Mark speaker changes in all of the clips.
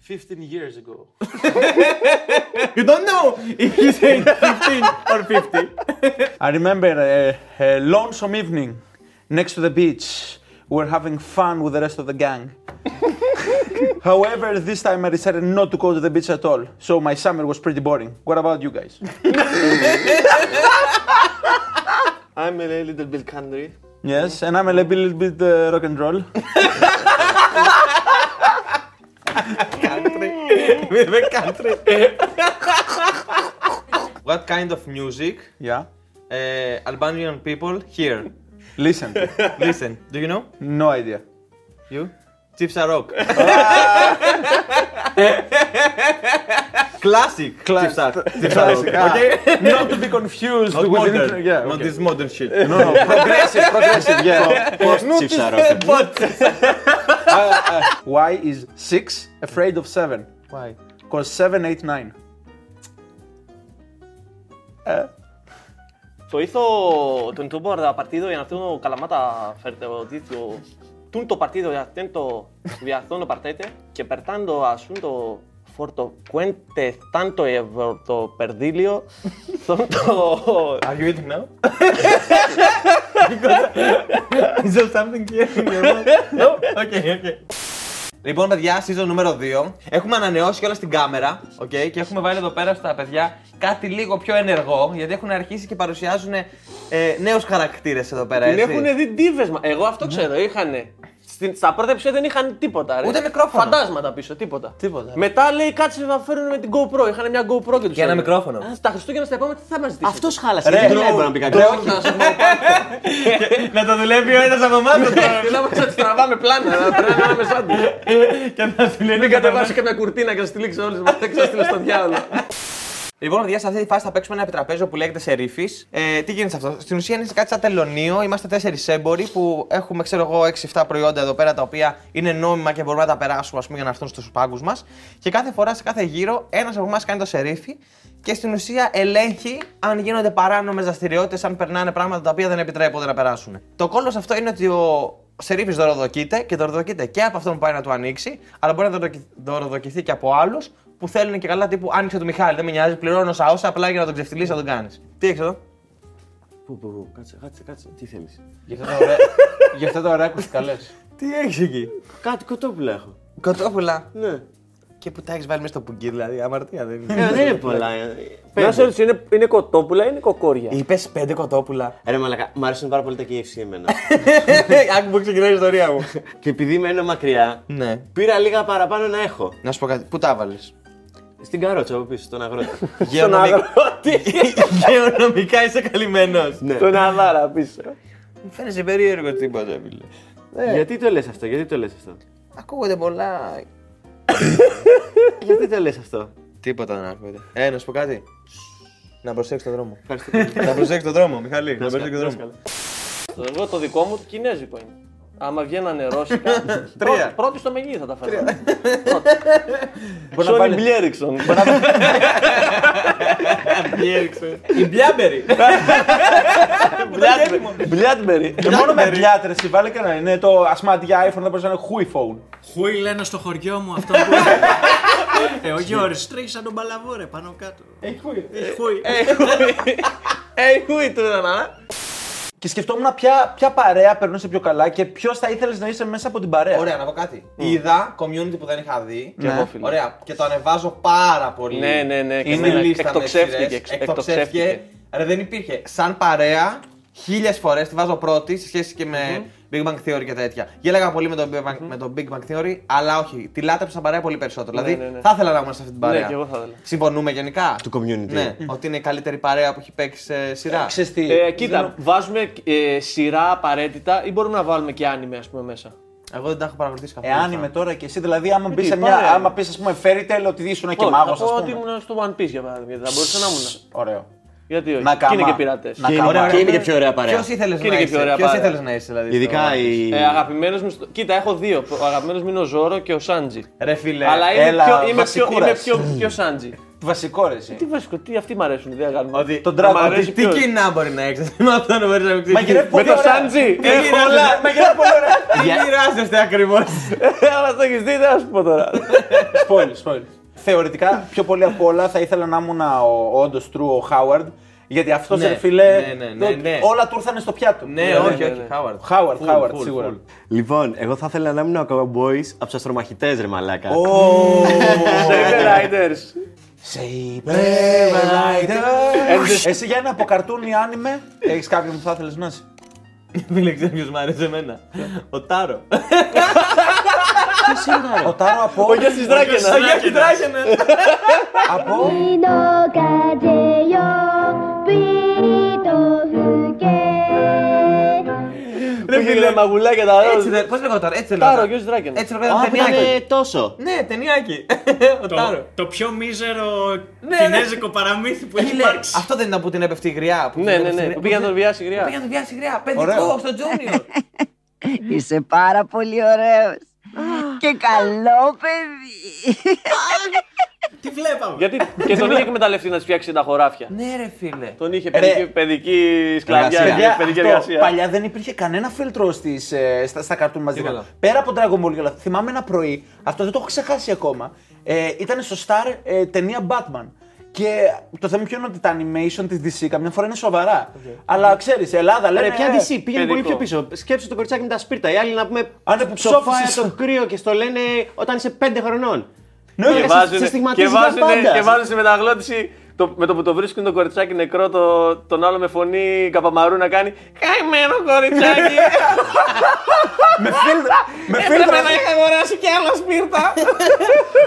Speaker 1: 15 years ago.
Speaker 2: You don't know if you say 15 or 50.
Speaker 1: I remember a, a lonesome evening next to the beach. We were having fun with the rest of the gang. However, this time I decided not to go to the beach at all, so my summer was pretty boring. What about you guys?
Speaker 3: I'm a little bit country.
Speaker 1: Yes, and I'm a little, little bit uh, rock and roll.
Speaker 2: country. With the country.
Speaker 3: What kind of music
Speaker 1: Yeah.
Speaker 3: uh, Albanian people hear?
Speaker 1: Listen.
Speaker 3: Listen, do you know?
Speaker 1: No idea.
Speaker 3: You? Chips are rock. Classic. Chips are. Chips are rock.
Speaker 1: Classic. ah. Not to be confused
Speaker 3: Not
Speaker 1: with
Speaker 3: modern.
Speaker 1: inter- yeah,
Speaker 3: Not
Speaker 1: okay.
Speaker 3: this modern shit.
Speaker 1: No, no, progressive, progressive, yeah.
Speaker 4: Post-Chips are rock.
Speaker 1: Why is six afraid of seven?
Speaker 3: Why?
Speaker 1: Cause seven, eight, nine.
Speaker 5: Το ήθο τον τούμπο τα παρτίδο για να αυτούν καλαμάτα φέρτε ο τίτλο. Τούν το παρτίδο για αυτήν το βιαθόν το παρτέτε και περτάν το ασούν το φόρτο κουέντε τάν το ευρώ το περδίλιο θόν το...
Speaker 3: Are you eating now?
Speaker 2: Is there something here in your mouth? No? Okay, okay.
Speaker 3: Λοιπόν, παιδιά, season νούμερο 2. Έχουμε ανανεώσει κιόλα την κάμερα. οκ, και έχουμε βάλει εδώ πέρα στα παιδιά κάτι λίγο πιο ενεργό. Γιατί έχουν αρχίσει και παρουσιάζουν ε, νέους χαρακτήρες εδώ πέρα.
Speaker 5: Την
Speaker 3: έτσι.
Speaker 5: έχουν δει ντίβες μα. Εγώ αυτό ξέρω, είχανε. Στην- Στα πρώτα επεισόδια δεν είχαν τίποτα. Ρε.
Speaker 3: Ούτε μικρόφωνο.
Speaker 5: Φαντάσματα πίσω, τίποτα.
Speaker 1: Τίποτα.
Speaker 5: Μετά λέει κάτσε να φέρουν με την GoPro. Είχαν μια GoPro και τους.
Speaker 3: ένα μικρόφωνο.
Speaker 5: Στα Χριστούγεννα στα επόμενα τι θα μα ζητήσετε.
Speaker 4: Αυτό χάλασε. Δεν δουλεύει να πει κάτι.
Speaker 2: Να το δουλεύει ο ένας από εμάς το
Speaker 5: Ε, Μιλάμε σαν να τις τραβάμε πλάνα, να περνάμε μέσα του.
Speaker 2: και να σου λέει
Speaker 5: Μην κατεβάσω και μια κουρτίνα και να στυλίξω όλες μας, δεν ξέρω στείλω στον διάολο.
Speaker 3: Λοιπόν, παιδιά, σε αυτή τη φάση θα παίξουμε ένα επιτραπέζιο που λέγεται Σερίφης. Ε, τι γίνεται σε αυτό. Στην ουσία είναι κάτι σαν τελωνίο. Είμαστε τέσσερις έμποροι που έχουμε, ξέρω εγώ, 6-7 προϊόντα εδώ πέρα τα οποία είναι νόμιμα και μπορούμε να τα περάσουμε ας πούμε, για να έρθουν στους πάγκους μας. Και κάθε φορά σε κάθε γύρο ένας από εμάς κάνει το Σερίφη και στην ουσία ελέγχει αν γίνονται παράνομες δραστηριότητες, αν περνάνε πράγματα τα οποία δεν επιτρέπονται να περάσουν. Το κόλλο σε αυτό είναι ότι ο Σερίφης δωροδοκείται και δωροδοκείται και από αυτόν που πάει να του ανοίξει, αλλά μπορεί να δωροδοκι- δωροδοκηθεί και από άλλους που θέλουν και καλά τύπου άνοιξε του Μιχάλη. Δεν με νοιάζει, πληρώνω όσα όσα απλά για να τον ξεφτυλίσει να τον κάνεις. Τι έξω εδώ.
Speaker 4: Πού, πού, πού, κάτσε, κάτσε, κάτσε. Τι θέλεις.
Speaker 1: Γι' αυτά τα ωραία, γι αυτά τα ωραία ακουστικά λες.
Speaker 4: Τι έχεις εκεί. Κάτι κοτόπουλα έχω.
Speaker 3: Κοτόπουλα.
Speaker 4: Ναι.
Speaker 3: Και που τα έχεις βάλει μέσα στο πουγγί, δηλαδή. Αμαρτία δεν είναι.
Speaker 4: Ε, Δεν είναι πολλά. ε, πέντε.
Speaker 5: είναι, είναι κοτόπουλα ή είναι κοκόρια.
Speaker 3: Είπες πέντε κοτόπουλα.
Speaker 4: Ρε μαλακά, μου αρέσουν πάρα πολύ τα KFC εμένα.
Speaker 3: Άκου που ξεκινάει η ιστορία μου.
Speaker 4: Και επειδή μένω μακριά,
Speaker 3: ναι.
Speaker 4: πήρα λίγα παραπάνω να έχω.
Speaker 3: Να σου πω κάτι. Πού τα βάλει.
Speaker 4: Στην καρότσα από πίσω, στον αγρότη.
Speaker 3: Γεωνομικά είσαι καλυμμένος.
Speaker 4: ναι.
Speaker 5: Αβάρα πίσω.
Speaker 3: Μου φαίνεσαι περίεργο τίποτα, φίλε.
Speaker 4: Γιατί το λες αυτό, γιατί το λες αυτό.
Speaker 3: Ακούγονται πολλά.
Speaker 4: γιατί το λες αυτό.
Speaker 3: Τίποτα δεν ακούγεται. Ε, να σου πω κάτι. Να προσέξεις τον δρόμο.
Speaker 4: Ευχαριστώ πολύ.
Speaker 3: να προσέξεις τον δρόμο, Μιχαλή. να προσέξει τον δρόμο.
Speaker 5: Εγώ το δικό μου κινέζικο είναι. Άμα βγαίνανε ρώσικα, πρώτη, πρώτη στο μενί θα τα φέρω.
Speaker 1: Μπορεί να βάλεις-
Speaker 5: Μπλιέριξον.
Speaker 2: Η Μπλιάμπερι.
Speaker 5: Μπλιάτμπερι.
Speaker 2: Ε,
Speaker 1: Και Ε, μόνο με πιάτρε, βάλε κανένα. Είναι το ασμάτι για iPhone, δεν μπορείς να είναι Hui phone.
Speaker 6: Χουι λένε στο χωριό μου αυτό που. ε, ο Γιώργη τρέχει σαν τον παλαβόρε πάνω κάτω. Έχει χουι.
Speaker 5: Ε, χούι του να.
Speaker 1: Και σκεφτόμουν ποια, ποια παρέα περνούσε πιο καλά και ποιος θα ήθελες να είσαι μέσα από την παρέα.
Speaker 3: Ωραία, να πω κάτι. Είδα community που δεν είχα δει.
Speaker 1: Ναι.
Speaker 5: Ε, εγώ, φίλε.
Speaker 3: Ωραία, και το ανεβάζω πάρα πολύ.
Speaker 5: Ναι, ναι, ναι.
Speaker 3: Είναι
Speaker 5: κανένα-
Speaker 3: λίστα με
Speaker 5: Εκτοξεύτηκε.
Speaker 3: σειρές.
Speaker 5: εξ- Εκτοξεύτηκε.
Speaker 3: Ρε, δεν υπήρχε. Σαν παρέα, χίλιες φορές τη βάζω πρώτη σε σχέση και με Big Bang Theory και τέτοια. Γέλαγα πολύ με τον Big Bang, με τον Big Bang Theory, αλλά όχι. Τη λάτρεψα σαν παρέα πολύ
Speaker 5: ναι,
Speaker 3: περισσότερο. Δηλαδή,
Speaker 5: ναι.
Speaker 3: θα ήθελα να ήμουν σε αυτή την παρέα.
Speaker 5: Ναι, και εγώ θα ήθελα.
Speaker 3: Συμφωνούμε γενικά.
Speaker 4: Του community.
Speaker 3: Ναι, ότι είναι η καλύτερη παρέα που έχει παίξει σε σειρά.
Speaker 1: Ξέρεις τι.
Speaker 5: Ε, κοίτα, βάζουμε ε, σειρά απαραίτητα ή μπορούμε να βάλουμε και άνιμε, ας πούμε, μέσα.
Speaker 3: Εγώ δεν τα έχω παρακολουθήσει καθόλου.
Speaker 1: Εάν
Speaker 3: αυτά.
Speaker 1: είμαι τώρα και εσύ, δηλαδή, άμα μπει σε
Speaker 5: παρέα.
Speaker 1: μια. Άμα πεις, ας πούμε, fairy tale, ότι ήσουν και
Speaker 5: Όχι,
Speaker 1: μάγο, α
Speaker 5: θα πω ότι
Speaker 1: πούμε.
Speaker 5: ήμουν στο One Piece για παράδειγμα. Γιατί θα μπορούσα να ήμουν.
Speaker 1: Ωραίο.
Speaker 5: Γιατί όχι.
Speaker 1: Να
Speaker 5: και είναι
Speaker 1: κάμα.
Speaker 5: και πειρατές.
Speaker 1: Να
Speaker 4: Και
Speaker 1: κάμα.
Speaker 4: είναι- και είναι και πιο ωραία παρέα.
Speaker 3: Ποιος ήθελες
Speaker 5: Και είναι
Speaker 3: να
Speaker 5: και πιο
Speaker 3: είσαι,
Speaker 5: ωραία
Speaker 3: ποιος
Speaker 5: παρέα.
Speaker 3: ήθελες να είσαι, δηλαδή.
Speaker 4: Ειδικά
Speaker 3: στο-
Speaker 4: η.
Speaker 5: Ε, αγαπημένος μου. στο- Κοίτα, έχω δύο. Ο αγαπημένος μου είναι ο Ζόρο και ο Σάντζι.
Speaker 3: Ρε φίλε.
Speaker 5: Αλλά είμαι,
Speaker 1: Ναι, έλα, ε.
Speaker 5: πιο, είμαι, πιο,
Speaker 1: βασικούρας.
Speaker 5: είμαι πιο, πιο Σάντζι.
Speaker 1: Βασικό ρε. εσύ.
Speaker 5: Τι βασικό, τι αυτοί μ' αρέσουν, δεν κάνουμε.
Speaker 4: Ότι-
Speaker 5: τον
Speaker 1: Μ'
Speaker 5: τράβο.
Speaker 1: αρέσει
Speaker 3: Τι κοινά μπορεί να έχεις, με αυτό να μπορείς να μην
Speaker 1: Μαγειρεύει
Speaker 5: Με
Speaker 1: πολύ
Speaker 5: το
Speaker 1: ωραία.
Speaker 5: Σάντζι.
Speaker 3: Τι γυρίζετε,
Speaker 1: Μαγειρεύει πολύ ωραία.
Speaker 3: μοιράζεστε ακριβώς.
Speaker 5: Ναι, Ε, Αλλά το έχεις δει, δεν θα σου πω τώρα.
Speaker 1: Spoil, spoil. Θεωρητικά, πιο πολύ απ' όλα θα ήθελα να ήμουν ο όντως true ο Χάουαρντ. Γιατί αυτός
Speaker 3: Ναι,
Speaker 1: ρε φιλέ.
Speaker 3: ναι, ναι, ναι,
Speaker 1: το-
Speaker 3: ναι.
Speaker 1: Όλα του ήρθαν στο πιάτο.
Speaker 3: Ναι, όχι, όχι, Χάουαρντ.
Speaker 1: Χάουαρντ,
Speaker 3: Full,
Speaker 1: Χάουαρντ,
Speaker 3: full,
Speaker 1: σίγουρα.
Speaker 3: full.
Speaker 4: Λοιπόν, εγώ θα ήθελα να ήμουν ο καουμπόη από τους αστρομαχητές, ρε Μαλάκα.
Speaker 5: Saber Riders.
Speaker 1: Εσύ για ένα από καρτούν ή άνιμε, έχεις κάποιον που θα ήθελες να είσαι.
Speaker 3: Δεν ξέρω ποιος μου άρεσε εμένα. Ο Τάρο.
Speaker 1: Ο Τάρο από.
Speaker 5: Ο Γιώργη Δράκενας.
Speaker 3: Ο Γιώργη Τράγενε.
Speaker 1: από...
Speaker 7: 海の風よビート吹け
Speaker 5: Δεν φίλε μαγουλάκια τα
Speaker 3: Έτσι
Speaker 5: ρόλια.
Speaker 3: δεν. Πώς λέγεται ο Τάρο, έτσι
Speaker 5: Τάρο,
Speaker 3: λέγεται.
Speaker 5: Γιώργη Δράκενας.
Speaker 3: Έτσι λέγεται.
Speaker 4: Α, που
Speaker 3: Ταινιάκι.
Speaker 4: ήταν τόσο.
Speaker 3: Ναι, ταινιάκι. Ο
Speaker 6: Το,
Speaker 3: Τάρο.
Speaker 6: το πιο μίζερο
Speaker 3: ναι. Ε,
Speaker 6: κινέζικο παραμύθι που έχει
Speaker 3: Φίλε,
Speaker 6: υπάρξει.
Speaker 3: Αυτό δεν ήταν που την έπεφτε η γριά. που την
Speaker 5: Ναι, ναι,
Speaker 3: έπεφτε η
Speaker 5: ναι.
Speaker 3: γριά.
Speaker 5: Που πήγαν να τον βιάσει η
Speaker 3: Που
Speaker 5: γριά.
Speaker 3: πήγαν να βιάσει η γριά.
Speaker 1: Ωραίο.
Speaker 3: Παιδικό στο Τζούνιο.
Speaker 8: Είσαι πάρα πολύ ωραίος. Και καλό παιδί.
Speaker 6: Τι βλέπαμε.
Speaker 5: Γιατί και τον είχε εκμεταλλευτεί να της φτιάξει τα χωράφια.
Speaker 3: Ναι, ρε φίλε.
Speaker 5: Τον είχε
Speaker 1: Ρε.
Speaker 5: παιδική, παιδική σκλαβιά,
Speaker 1: Παιδιά,
Speaker 5: είχε παιδική
Speaker 1: αυτό,
Speaker 5: εργασία.
Speaker 1: παλιά δεν υπήρχε κανένα φίλτρο στις, ε, στα, στα καρτούν
Speaker 3: Τίποτα.
Speaker 1: μαζικά. Πέρα από Dragon Ball και όλα αυτά, θυμάμαι ένα πρωί, αυτό δεν το έχω ξεχάσει ακόμα. Ε, ήταν στο Star ε, ταινία Batman. Και το θέμα ποιο είναι ότι τα animation της DC καμιά φορά είναι σοβαρά. Αλλά ξέρεις, Ελλάδα λένε... ε,
Speaker 4: Ρε, ποια DC, πήγαινε πολύ
Speaker 5: παιδικό.
Speaker 4: πιο πίσω. Σκέψου το κοριτσάκι με τα σπίρτα. Οι άλλοι να πούμε.
Speaker 1: Α, ναι, που
Speaker 4: ψοφάει
Speaker 1: ψόφισες.
Speaker 4: το κρύο και στο λένε όταν είσαι πέντε χρονών.
Speaker 1: Ναι,
Speaker 4: Και
Speaker 1: ρε,
Speaker 4: βάζ-
Speaker 5: βάζουνε-
Speaker 4: σε στιγματίζει
Speaker 5: και βάζουνε-
Speaker 4: για πάντα.
Speaker 5: Και βάζουν σε μεταγλώτηση το, με το που το βρίσκουν το κοριτσάκι νεκρό, το, τον άλλο με φωνή καπαμαρού να κάνει Καημένο κοριτσάκι!
Speaker 1: με φίλτρο, με φίλτρο,
Speaker 5: Έπρεπε να είχα αγοράσει κι άλλα σπίρτα!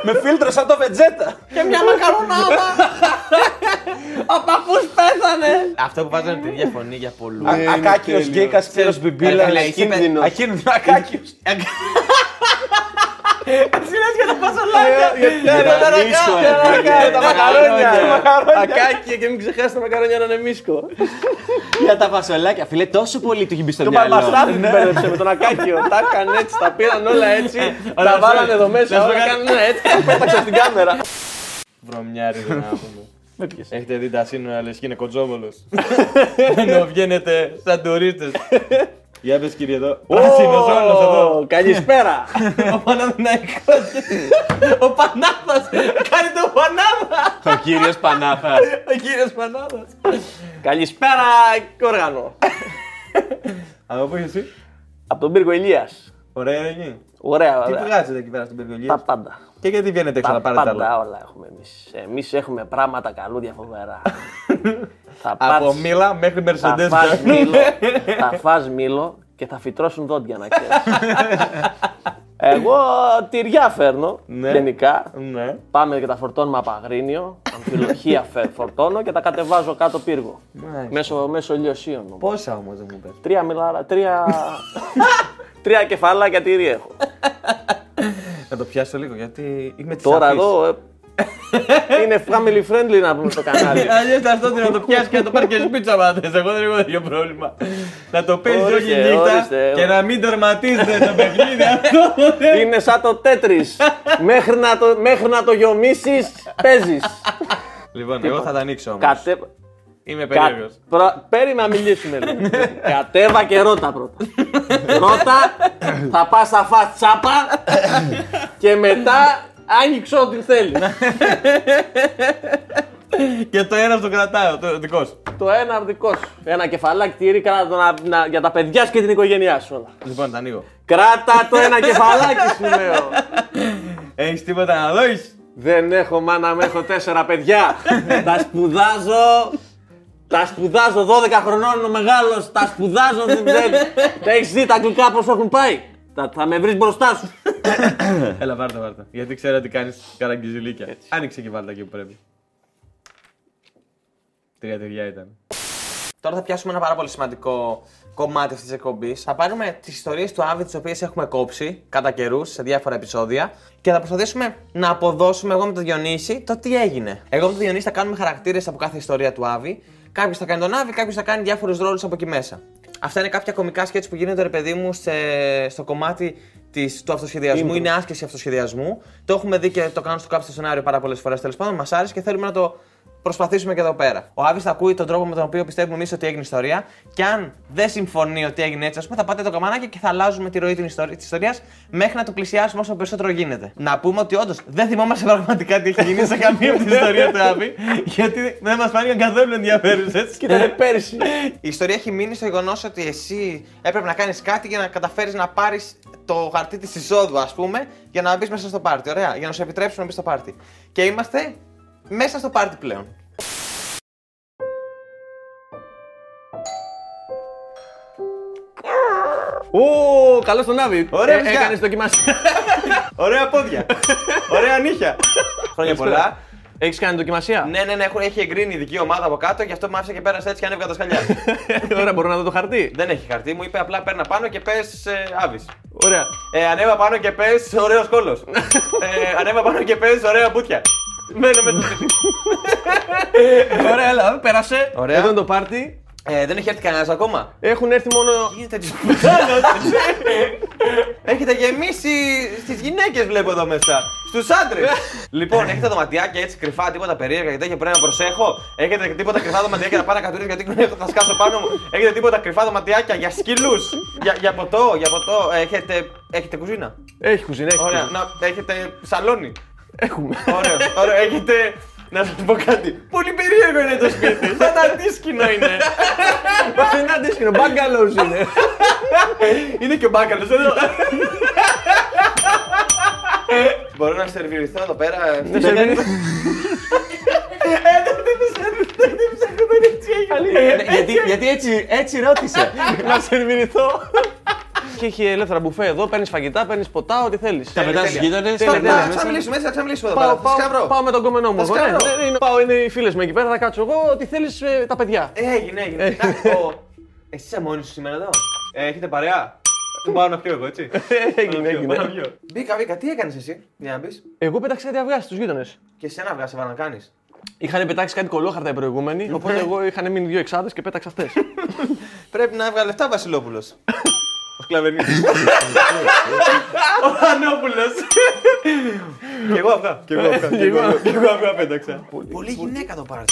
Speaker 1: με φίλτρο σαν το Βετζέτα.
Speaker 3: Και μια μακαρονάδα. Ο παππού πέθανε. Αυτό που βάζανε τη ίδια φωνή για πολλούς.
Speaker 1: Α- Ακάκιος Γκίκας, Κύριος Μπιμπίλας.
Speaker 3: Ρε, φίλε,
Speaker 1: Ακίνδυνος. Ακίνδυνος, Ακάκιος.
Speaker 5: ε, Τα μακαρόνια!
Speaker 3: Ακάκι και μην ξεχάσει τα μακαρόνια να είναι μίσκο.
Speaker 4: Για τα βασολάκια. Φιλέ, τόσο πολύ του έχει μπει στο
Speaker 5: Το
Speaker 4: μυαλό. Ναι.
Speaker 5: Παπαστάθη μπέρδεψε με τον Ακάκιο. Τα έκανε έτσι, τα πήραν όλα έτσι. Τα
Speaker 3: σου πω-
Speaker 5: βάλανε εδώ μέσα.
Speaker 3: να σου πω
Speaker 5: Όλα
Speaker 3: κάτι.
Speaker 5: κάνουν έτσι. τα Πέταξε στην κάμερα.
Speaker 3: Βρωμιάρι να πούμε. Έχετε δει τα σύνορα, λες και είναι κοτζόβολο. Ενώ βγαίνετε σαν τουρίστες. Για πες κύριε εδώ. Πράσινο όλος εδώ.
Speaker 5: Ω, Καλησπέρα.
Speaker 3: Ο Παναθυναϊκό. Ο Πανάθας. Κάνει τον Πανάθα.
Speaker 4: Ο κύριος Πανάθας.
Speaker 3: Ο κύριος Πανάθας.
Speaker 5: Καλησπέρα, όργανο.
Speaker 3: Από πού είσαι εσύ.
Speaker 5: Από τον πύργο Ηλίας.
Speaker 3: Ωραία είναι εκεί.
Speaker 5: Ωραία,
Speaker 3: Τι
Speaker 5: ωραία.
Speaker 3: βγάζετε εκεί πέρα στην
Speaker 5: Τα
Speaker 3: περιοχή.
Speaker 5: πάντα.
Speaker 3: Και γιατί βγαίνετε έξω
Speaker 5: Τα
Speaker 3: να πάρετε τα
Speaker 5: πάντα
Speaker 3: άλλα.
Speaker 5: όλα έχουμε εμείς. Εμείς έχουμε πράγματα καλούδια φοβερά. θα
Speaker 3: Από
Speaker 5: πάρεις,
Speaker 3: Μίλα μέχρι
Speaker 5: θα
Speaker 3: Μερσεντέ.
Speaker 5: φας μήλο, θα φας μήλο και θα φυτρώσουν δόντια να ξέρεις. Εγώ τυριά φέρνω
Speaker 3: Ναι.
Speaker 5: γενικά.
Speaker 3: Ναι.
Speaker 5: Πάμε και τα φορτώνουμε από αγρίνιο, αμφιλοχία φε- φορτώνω και τα κατεβάζω κάτω πύργο.
Speaker 3: Μάλιστα.
Speaker 5: μέσω, μέσω λιωσίων. όμως.
Speaker 3: Πόσα όμως δεν μου πες.
Speaker 5: Τρία μιλάρα, τρία... τρία κεφαλάκια τυρί έχω.
Speaker 3: Να το πιάσω λίγο γιατί είμαι της
Speaker 5: Τώρα εδώ ε, είναι family friendly να πούμε στο κανάλι.
Speaker 3: Αλλιώς αυτό να το πιάσει και να το πάρει και σπίτσα μάθε. Εγώ δεν έχω τέτοιο πρόβλημα. Να το παίζει όχι
Speaker 5: Ορίστε,
Speaker 3: νύχτα
Speaker 5: ορίστε.
Speaker 3: και να μην τερματίζετε το παιχνίδι αυτό.
Speaker 5: Είναι σαν το τέτρις. μέχρι, να το, μέχρι να το γιομίσεις, παίζεις.
Speaker 3: Λοιπόν, εγώ θα τα ανοίξω όμως.
Speaker 5: Κατε...
Speaker 3: Είμαι
Speaker 5: κα-
Speaker 3: περίεργος.
Speaker 5: προ- Περίμενα να μιλήσουμε λίγο. Κατέβα και ρώτα πρώτα. ρώτα, θα πας θα φας τσάπα και μετά άνοιξε ό,τι θέλεις.
Speaker 3: Και το ένα το κρατάω, το δικό σου.
Speaker 5: το ένα δικό σου. Ένα κεφαλάκι τυρί κράτα το να- να- για τα παιδιά σου και την οικογένειά σου όλα.
Speaker 3: Λοιπόν, τα ανοίγω.
Speaker 5: Κράτα το ένα κεφαλάκι σου λέω.
Speaker 3: Έχεις τίποτα να δώσεις.
Speaker 5: Δεν έχω μάνα μου, έχω τέσσερα παιδιά. τα σπουδάζω. Τα σπουδάζω 12 χρονών, ο μεγάλος. Τα σπουδάζω. Δεν, δεν, έχεις δει τα αγγλικά πώ έχουν πάει. Θα, θα με βρεις μπροστά σου.
Speaker 3: Έλα, βάρτα, βάρτα. Γιατί ξέρω ότι κάνεις καραγκιζουλίκια. Άνοιξε και βάλτα εκεί που πρέπει. Τρία τυριά ήταν. Τώρα θα πιάσουμε ένα πάρα πολύ σημαντικό κομμάτι αυτής της εκπομπής. Θα πάρουμε τις ιστορίες του Άβη, τις οποίες έχουμε κόψει κατά καιρούς σε διάφορα επεισόδια και θα προσπαθήσουμε να αποδώσουμε εγώ με τον Διονύση το τι έγινε. Εγώ με τον Διονύση θα κάνουμε χαρακτήρες από κάθε ιστορία του Άβη. Κάποιος θα κάνει τον Άβη, κάποιος θα κάνει διάφορους ρόλους από εκεί μέσα. Αυτά είναι κάποια κομικά σκέτς που γίνονται, ρε παιδί μου, σε, στο κομμάτι της της, του αυτοσχεδιασμού, είναι άσκηση αυτοσχεδιασμού. Το έχουμε δει και το κάνουν στο κάποιο σενάριο πάρα πολλές φορές. Τέλος πάντων, μας άρεσε και θέλουμε να το προσπαθήσουμε και εδώ πέρα. Ο Άβης θα ακούει τον τρόπο με τον οποίο πιστεύουμε εμείς ότι έγινε η ιστορία. Και αν δεν συμφωνεί ότι έγινε έτσι, ας πούμε, θα πάτε το καμπανάκι και θα αλλάζουμε τη ροή της ιστορίας μέχρι να το πλησιάσουμε όσο περισσότερο γίνεται. Να πούμε ότι όντως δεν θυμόμαστε πραγματικά τι έχει γίνει σε καμία από την ιστορία του Άβη, γιατί δεν μας φάνηκαν καθόλου ενδιαφέρουσες. Και ήταν πέρσι. Η ιστορία έχει μείνει στο γεγονός ότι εσύ έπρεπε να κάνεις κάτι για να καταφέρεις να πάρεις το χαρτί της εισόδου, ας πούμε, για να μπεις μέσα στο πάρτι. Ωραία, για να σου επιτρέψουν να μπεις στο πάρτι. Και είμαστε μέσα στο πάρτι πλέον.
Speaker 5: Ω, καλό τον Άβη.
Speaker 3: Ωραία,
Speaker 5: Ε,
Speaker 3: φυσικά.
Speaker 5: Έκανες δοκιμασία.
Speaker 3: Ωραία πόδια. Ωραία νύχια. Χρόνια πολλά.
Speaker 5: Έχεις κάνει δοκιμασία.
Speaker 3: Ναι, ναι, ναι, έχω- έχει εγκρίνει η δική ομάδα από κάτω, γι' αυτό μ' άφησε και πέρασε έτσι και ανέβηκα τα σκαλιά.
Speaker 5: Ωραία, μπορώ να δω το χαρτί.
Speaker 3: Δεν έχει χαρτί, μου είπε απλά παίρνα πάνω και πες ε, Άβης.
Speaker 5: Ωραία.
Speaker 3: Ε, ανέβα πάνω και πες ωραίος κόλο. ε, ανέβα πάνω και πες ωραία μπουτια. Μένω με το
Speaker 5: Ωραία, έλα, πέρασε.
Speaker 3: Ωραία.
Speaker 5: Εδώ είναι το πάρτι.
Speaker 3: ε, δεν έχει έρθει κανένας ακόμα.
Speaker 5: Έχουν έρθει μόνο.
Speaker 3: Γίνεται τη Έχετε γεμίσει στις γυναίκες, βλέπω εδώ μέσα. Στους άντρες. λοιπόν, έχετε δωματιάκια έτσι κρυφά, τίποτα περίεργα και τέτοια που πρέπει να προσέχω. Έχετε τίποτα κρυφά δωματιάκια να πάω να κατουρίσω γιατί ξέρω θα σκάσω πάνω μου. Έχετε τίποτα κρυφά δωματιάκια για σκυλούς. για, για ποτό, για ποτό. Ε, Έχετε, έχετε κουζίνα.
Speaker 5: Έχει κουζίνα, έχει.
Speaker 3: Ωραία,
Speaker 5: κουζίνα.
Speaker 3: να, έχετε σαλόνι.
Speaker 5: Έχουμε.
Speaker 3: Ωραίο, ωραίο. Έχετε. Να σας πω κάτι. Πολύ περίεργο είναι το σπίτι. Σαν αντίσκηνο είναι.
Speaker 5: Δεν είναι αντίστοιχο, μπαγκαλός είναι.
Speaker 3: Είναι και ο μπάκαλο εδώ. Μπορώ να σερβιριστώ εδώ πέρα. Ε,
Speaker 5: Δεν σε δίνει.
Speaker 9: γιατί, γιατί έτσι, έτσι ρώτησε.
Speaker 5: Να σερβιριθώ. Και έχει ελεύθερα μπουφέ εδώ, παίρνεις φαγητά, παίρνεις ποτά, ό,τι θέλεις.
Speaker 9: Τα μετά στου γείτονες.
Speaker 5: Τέλεια, τέλεια.
Speaker 3: Θα ξαναμιλήσουμε έτσι, θα ξαναμιλήσουμε εδώ
Speaker 5: Πάω,
Speaker 3: πέρα. Θα
Speaker 5: πάω,
Speaker 3: σκαυρώ.
Speaker 5: πάω με τον κόμενό μου.
Speaker 3: Θα
Speaker 5: εγώ, ναι.
Speaker 3: σκαυρώ.
Speaker 5: Ναι, είναι- Πάω, είναι οι φίλες μου εκεί πέρα, θα κάτσω εγώ, ό,τι θέλεις τα παιδιά.
Speaker 3: Έγινε, έγινε. Να, ο- Εσύ είσαι μόνοι σου σήμερα εδώ. Ε, Έχετε παρέα. Του πάω να πιω εγώ, έτσι.
Speaker 5: Έγινε, έγινε.
Speaker 3: Μπήκα, μπήκα. Τι έκανες εσύ για να μπει.
Speaker 5: Εγώ πέταξα κάτι αυγά στους γείτονες.
Speaker 3: Και σένα βγάσε να κάνεις.
Speaker 5: Είχαν πετάξει κάτι κολόχαρτα οι προηγούμενοι, οπότε εγώ είχαν μείνει δύο εξάδες και πέταξα αυτέ.
Speaker 3: Πρέπει να έβγαλε λεφτά, Βασιλόπουλος. Ο σκλαβενή. Ο Ανόπουλος. Και εγώ αυτά. Και εγώ αυτά. Και εγώ- και εγώ αυτά πέταξα. Πολύ γυναίκα το πάρτε.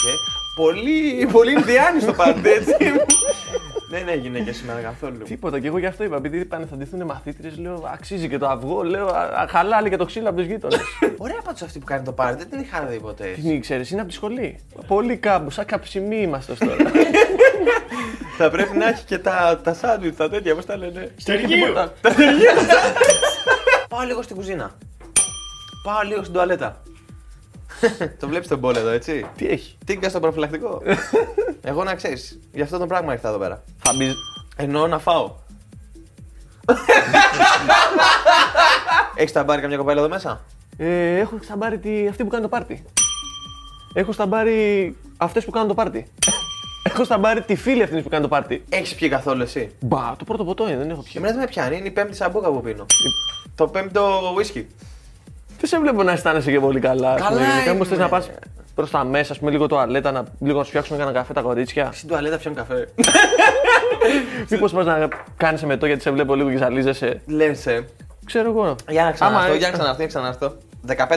Speaker 3: Πολύ, πολύ Ινδιάνη το πάρτε, έτσι. Δεν έγινε και σήμερα καθόλου.
Speaker 5: Τίποτα και εγώ γι' αυτό είπα. Επειδή είπαν θα ντυθούν μαθήτρε, λέω αξίζει και το αυγό, λέω α, α, χαλάλι και το ξύλο από τους γείτονες.
Speaker 3: Ωραία πάντω αυτή που κάνει το πάρτε, δεν την είχα δει ποτέ.
Speaker 5: Την ήξερες, είναι από τη σχολή. Πολύ κάμπου, σαν καψιμί είμαστε ως τώρα.
Speaker 3: Θα πρέπει να έχει και τα, τα σάντουιτ, τα τέτοια, πώς τα λένε.
Speaker 10: Στεργείο.
Speaker 3: Πάω λίγο στην κουζίνα. Πάω λίγο στην τουαλέτα. το βλέπεις τον πόλο εδώ, έτσι.
Speaker 5: Τι έχει.
Speaker 3: Τίγκα στο προφυλακτικό. Εγώ να ξέρεις, γι' αυτό το πράγμα ήρθα εδώ πέρα.
Speaker 5: Θα μπει.
Speaker 3: Εννοώ να φάω. Έχεις τα μπάρει καμιά κοπέλα εδώ μέσα.
Speaker 5: Ε, έχω σταμπάρει τη... αυτή που κάνει το πάρτι. Έχω σταμπάρει αυτές που κάνουν το πάρτι. έχω σταμπάρει τη φίλη αυτής που κάνει το πάρτι.
Speaker 3: Έχεις πιει καθόλου εσύ.
Speaker 5: Μπα, το πρώτο ποτό είναι, δεν έχω
Speaker 3: Και
Speaker 5: πιει.
Speaker 3: εμένα δεν με πιάνει, είναι η πέμπτη σαμπούκα που πίνω. το πέμπτο whisky.
Speaker 5: Δεν σε βλέπω να αισθάνεσαι και πολύ καλά. ας πούμε,
Speaker 3: Καλά
Speaker 5: γενικά. Μου θες
Speaker 3: είμαι.
Speaker 5: να πας προς τα μέσα, ας πούμε, λίγο τουαλέτα, να, λίγο να σου φτιάξουν κανένα καφέ τα κορίτσια.
Speaker 3: Στην τουαλέτα πιάνω καφέ.
Speaker 5: Μήπως πας να κάνεις μετό γιατί σε βλέπω λίγο και ζαλίζεσαι.
Speaker 3: Λένσε.
Speaker 5: Ξέρω εγώ.
Speaker 3: Για να ξαναρθώ,
Speaker 5: Άμα-
Speaker 3: για να ξαναρθώ, για να ξαναρθώ.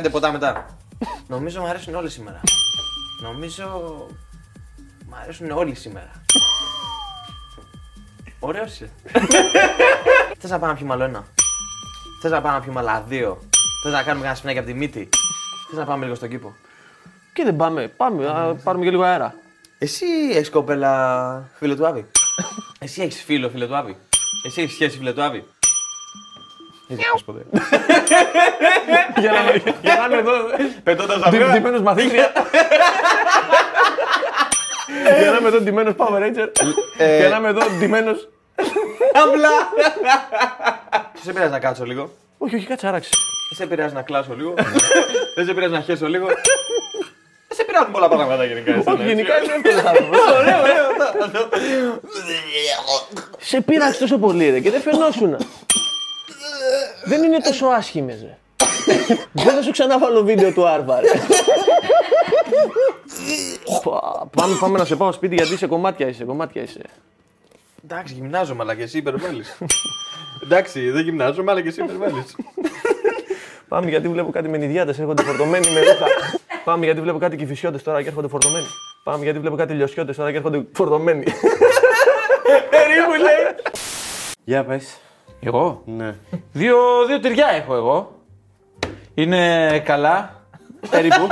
Speaker 3: 15 ποτά μετά. Νομίζω μου αρέσουν όλες σήμερα. Νομίζω. Μ' αρέσουν όλοι σήμερα. Ωραίος είσαι. Θες να πάμε να πιούμε άλλο ένα. Θες να πάμε να πιούμε άλλα δύο. Θες να κάνουμε κανένα σπινάκι από τη μύτη. Θες να πάμε λίγο στον κήπο.
Speaker 5: Και δεν πάμε. Πάμε, να πάρουμε και λίγο αέρα.
Speaker 3: Εσύ έχεις κοπέλα φίλο του Άβη. Εσύ έχεις φίλο φίλο του Άβη. Εσύ έχεις σχέση φίλο του Άβη. Δεν έχεις ποτέ.
Speaker 5: για να για να είμαι εδώ.
Speaker 3: Πετώντα
Speaker 5: Ντυμένο μαθήτρια. Για να είμαι εδώ ντυμένος Power Ranger. Για να είμαι εδώ ντυμένος.
Speaker 3: Απλά! Δεν σε πειράζει να κάτσω λίγο.
Speaker 5: Όχι, όχι, κάτσε άραξε.
Speaker 3: Δεν σε πειράζει να κλάσω λίγο. Δεν σε πειράζει να χέσω λίγο. Δεν σε πειράζουν πολλά πράγματα γενικά. εσένα,
Speaker 5: Όχι,
Speaker 3: Ναι, έτσι.
Speaker 5: γενικά είναι αυτό.
Speaker 3: Ωραίο, ωραίο. αυτό, αυτό.
Speaker 5: Σε πείραξε τόσο πολύ, ρε, και δεν φαινόσουν. δεν είναι τόσο άσχημες, ρε. δεν θα σου ξαναβάλω βίντεο του Άρβα, ρε. Πα- πάμε, πάμε να σε πάω σπίτι γιατί είσαι κομμάτια είσαι, κομμάτια είσαι.
Speaker 3: Εντάξει, γυμνάζομαι, αλλά και εσύ υπερβάλλει. Εντάξει, δεν γυμνάζομαι, αλλά και εσύ υπερβάλλει.
Speaker 2: Πάμε γιατί βλέπω κάτι μενιδιάτες, έρχονται φορτωμένοι με ρούχα. Πάμε γιατί βλέπω κάτι κυφισιώτες τώρα και έρχονται φορτωμένοι. Πάμε γιατί βλέπω κάτι λιωσιώτες τώρα και έρχονται φορτωμένοι.
Speaker 4: Για πες.
Speaker 1: Εγώ.
Speaker 4: Ναι.
Speaker 1: Δύο, δύο τυριά έχω εγώ. Είναι καλά. Περίπου.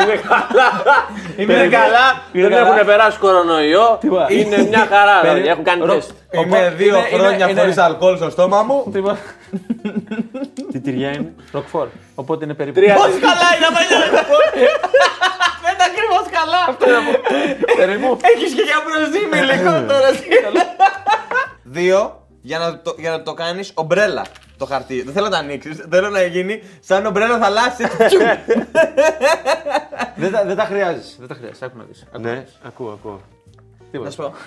Speaker 11: Είναι καλά, δεν έχουν περάσει κορονοϊό.
Speaker 1: Τίποτα.
Speaker 11: Είναι μια χαρά.
Speaker 1: Περι-
Speaker 11: δηλαδή, Έχουν κάνει
Speaker 1: Ρο-
Speaker 11: τεστ.
Speaker 3: Είμαι δύο
Speaker 1: είναι-
Speaker 3: χρόνια
Speaker 1: είναι-
Speaker 3: χωρίς αλκοόλ στο στόμα μου.
Speaker 1: Τίποτα.
Speaker 4: Τι τυριά είναι.
Speaker 1: Ροκφόρ. Οπότε είναι περίπου. Τρία.
Speaker 11: Πώς
Speaker 3: Καλά, είναι αυτά είναι Δεν τα κρύβω καλά.
Speaker 1: Περίπου.
Speaker 3: Έχεις και για προζή με λεγό τώρα. Ναι. Δύο, για να το, για να το κάνεις ομπρέλα το χαρτί. Δεν θέλω να το ανοίξεις. Θέλω να γίνει σαν ομπρέλα θαλάσσια.
Speaker 1: δεν, τα, δεν τα χρειάζεσαι. Δεν τα χρειάζεσαι. Άκου να δεις. Άκου.
Speaker 4: Ναι, ακούω, ακούω.
Speaker 3: Να σου πω.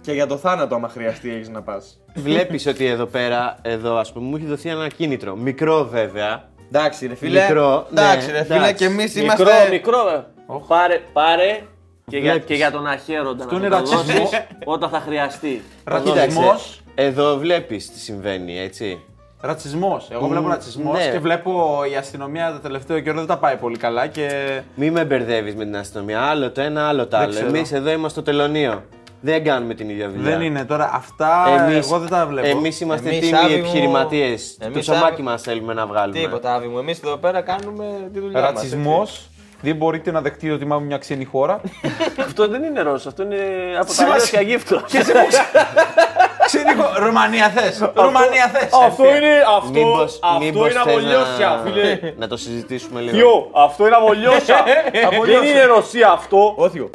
Speaker 3: Και για το θάνατο, άμα χρειαστεί, έχεις να πας.
Speaker 4: Βλέπεις ότι εδώ πέρα, εδώ ας πούμε, μου έχει δοθεί ένα κίνητρο. Μικρό βέβαια.
Speaker 3: Εντάξει, ρε φίλε.
Speaker 4: Μικρό, ναι,
Speaker 3: Εντάξει, ρε φίλε,
Speaker 4: εντάξει.
Speaker 3: και εμείς
Speaker 11: Μικρό,
Speaker 3: είμαστε.
Speaker 11: μικρό. ε. Πάρε, πάρε. Και για,
Speaker 4: Βλέπεις.
Speaker 11: και για τον αχαίροντα να
Speaker 1: είναι
Speaker 11: του το
Speaker 1: ρατσισμός.
Speaker 11: δώσεις όταν θα χρειαστεί.
Speaker 1: Ρατσισμός.
Speaker 4: Εδώ βλέπεις τι συμβαίνει, έτσι.
Speaker 1: Ρατσισμός. Εγώ βλέπω ρατσισμός
Speaker 4: ναι.
Speaker 1: και βλέπω η αστυνομία το τελευταίο καιρό δεν τα πάει πολύ καλά και.
Speaker 4: Μη με μπερδεύεις με την αστυνομία. Άλλο το ένα, άλλο το άλλο.
Speaker 1: ξέρω.
Speaker 4: Εμείς εδώ είμαστε στο τελωνίο. Δεν κάνουμε την ίδια δουλειά.
Speaker 1: Δεν είναι τώρα. Αυτά εγώ δεν τα βλέπω.
Speaker 4: Εμείς είμαστε
Speaker 3: Εμείς, Άβη
Speaker 4: τίμοι
Speaker 3: μου,
Speaker 4: επιχειρηματίες.
Speaker 3: εμείς,
Speaker 4: Το
Speaker 3: Άβη-
Speaker 4: σωμάκι μας θέλουμε να βγάλουμε.
Speaker 3: Τίποτα, Άβη μου. Εμείς εδώ πέρα κάνουμε τη δουλειά μας.
Speaker 1: Ρατσισμός. Δεν μπορείτε να δεχτείτε ότι είμαι μια ξένη χώρα.
Speaker 11: Αυτό δεν είναι Ρώσος, αυτό είναι από τα Ρώσια Αιγύπτο.
Speaker 1: ξένη χώρα. Ρουμανία θες. Ρουμανία Ε, θες.
Speaker 12: Αυτό είναι, αυτό,
Speaker 4: Μήπως,
Speaker 12: αυτό
Speaker 4: μήπως
Speaker 12: είναι
Speaker 4: θες
Speaker 12: από
Speaker 4: να-
Speaker 12: λιώσια, φίλε.
Speaker 4: Να το συζητήσουμε λίγο.
Speaker 12: Θείο, αυτό είναι από λιώσια. Δεν είναι Ρωσία αυτό.
Speaker 3: Όθιο.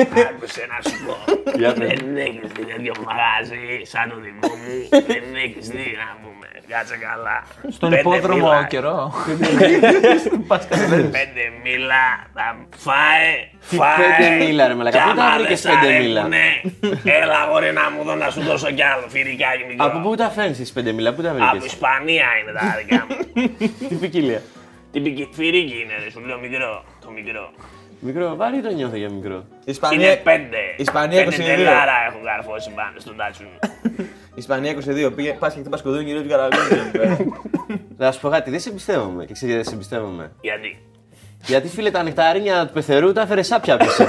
Speaker 11: Άκουσε να σου πω. Δεν έχεις την ίδια μαγαζί σαν το δικό μου. Δεν έχεις τι να πούμε. Κάτσε καλά.
Speaker 1: Στον
Speaker 11: Πέντε μήλα.
Speaker 1: υπόδρομο καιρό.
Speaker 11: Πέντε μίλα θα φάε. Φάε.
Speaker 4: Πέντε μίλα, ρε μαλακά. Πού τα
Speaker 11: Άμα
Speaker 4: βρήκε
Speaker 11: δεν σ'
Speaker 4: πέντε μίλα.
Speaker 11: αρέπουνε, Έλα αγόρι να μου δω να σου δώσω κι άλλο φυρικάκι μικρό.
Speaker 4: Από πού τα φέρνεις τι πέντε μίλα, πού τα
Speaker 11: Από
Speaker 4: βρήκε.
Speaker 11: Ισπανία είναι τα δικά μου.
Speaker 4: Τι ποικιλία.
Speaker 11: Την πικι- φυρίκι είναι, ρε, σου λέω μικρό. Το μικρό.
Speaker 4: Μικρό, βαρύ το νιώθω για μικρό.
Speaker 11: Είναι
Speaker 3: Ισπανία,
Speaker 11: πέντε.
Speaker 3: Ισπανία
Speaker 11: Πέντε
Speaker 3: 22.
Speaker 11: τελάρα έχουν καρφώσει πάνω στον τάτσο μου.
Speaker 3: Ισπανία 22. Πήγε, πας και χτυπάς κουδούνι γύρω του καραβιού.
Speaker 4: Να σου πω κάτι, δεν σε εμπιστεύομαι. Και ξέρεις γιατί δεν σε εμπιστεύομαι.
Speaker 11: Γιατί.
Speaker 4: Γιατί φίλε τα νεκταρίνια του πεθερού τα έφερε σάπια πίσω.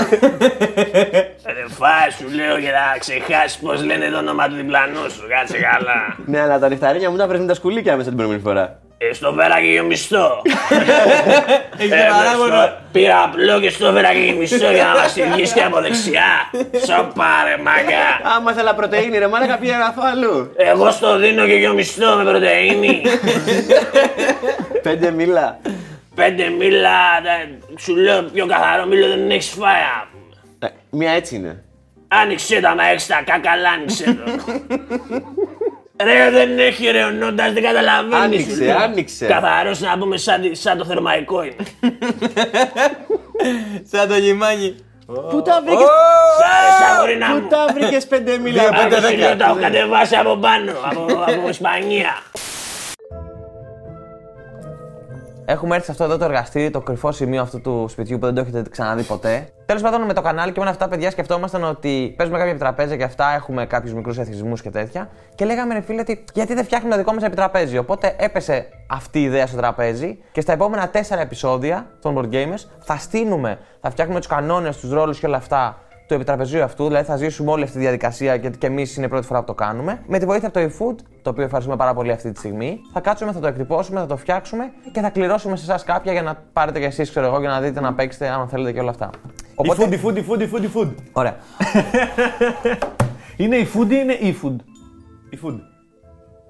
Speaker 11: Ρε φά, σου λέω για να ξεχάσεις πώς λένε το όνομα του διπλανού σου. Κάτσε καλά.
Speaker 4: ναι, αλλά τα νεκταρίνια μου τα έφερε με τα σκουλίκια μέσα την προηγούμενη φορά.
Speaker 11: Ε, στο φέρα και γεμιστό.
Speaker 3: Έχεις
Speaker 11: Ε,
Speaker 3: παράγοντα.
Speaker 11: στο- Πήρα απλό και στο φέρα και γεμιστό για να μας τυλιγεί και από δεξιά. Σοπα ρε μάγκα.
Speaker 4: Άμα ήθελα πρωτενη, ρε μάλακα πήγα να φάω αλλού.
Speaker 11: Εγώ στο δίνω και γεμιστό με πρωτεΐνη.
Speaker 4: Πέντε μίλα.
Speaker 11: Πέντε μήλα, τα- σου λέω πιο καθαρό μήλο δεν έχεις φάει. α.
Speaker 4: Τα- Μία έτσι είναι.
Speaker 11: Άνοιξε τα να έχεις τα κάκαλα, άνοιξε το. Ρε δεν έχει ρε ο Νόντας, δεν καταλαβαίνεις.
Speaker 4: Άνοιξε,
Speaker 11: σου λέω.
Speaker 4: άνοιξε.
Speaker 11: Καθαρός να πούμε σαν, τη- σαν το θερμαϊκό είναι.
Speaker 3: Σαν το γυμάνι.
Speaker 4: Πού τα βρήκες.
Speaker 11: Σ' άρεσε αγορίνα μου.
Speaker 4: Πού τα βρήκες πέντε Ναι. μίλα.
Speaker 3: Δύο,
Speaker 11: Άκουσε
Speaker 3: πέντε,
Speaker 11: λέω, τα έχω κατεβάσει από πάνω, από, από Ισπανία.
Speaker 3: Έχουμε έρθει σε αυτό εδώ το εργαστήρι, το κρυφό σημείο αυτού του σπιτιού που δεν το έχετε ξαναδεί ποτέ. Τέλος πάντων, με το κανάλι και με όλα αυτά, παιδιά, σκεφτόμασταν ότι παίζουμε κάποια επιτραπέζια και αυτά, έχουμε κάποιους μικρούς εθισμούς και τέτοια. Και λέγαμε, ρε φίλε, ότι γιατί δεν φτιάχνουμε το δικό μας επιτραπέζι. Οπότε έπεσε αυτή η ιδέα στο τραπέζι και στα επόμενα τέσσερα επεισόδια των Board Gamers θα στείλουμε, θα φτιάχνουμε τους κανόνες, τους ρόλους και όλα αυτά του επιτραπεζίου αυτού, δηλαδή θα ζήσουμε όλη αυτή τη διαδικασία γιατί και εμείς είναι πρώτη φορά που το κάνουμε. Με τη βοήθεια από το eFood, το οποίο ευχαριστούμε πάρα πολύ αυτή τη στιγμή, θα κάτσουμε, θα το εκτυπώσουμε, θα το φτιάξουμε και θα κληρώσουμε σε εσάς κάποια για να πάρετε κι εσείς, ξέρω εγώ, για να δείτε να παίξετε, αν θέλετε και όλα αυτά. Οπότε.
Speaker 2: Η food, η food, η food, η food.
Speaker 3: Ωραία.
Speaker 2: Είναι η food ή είναι η food. Η food.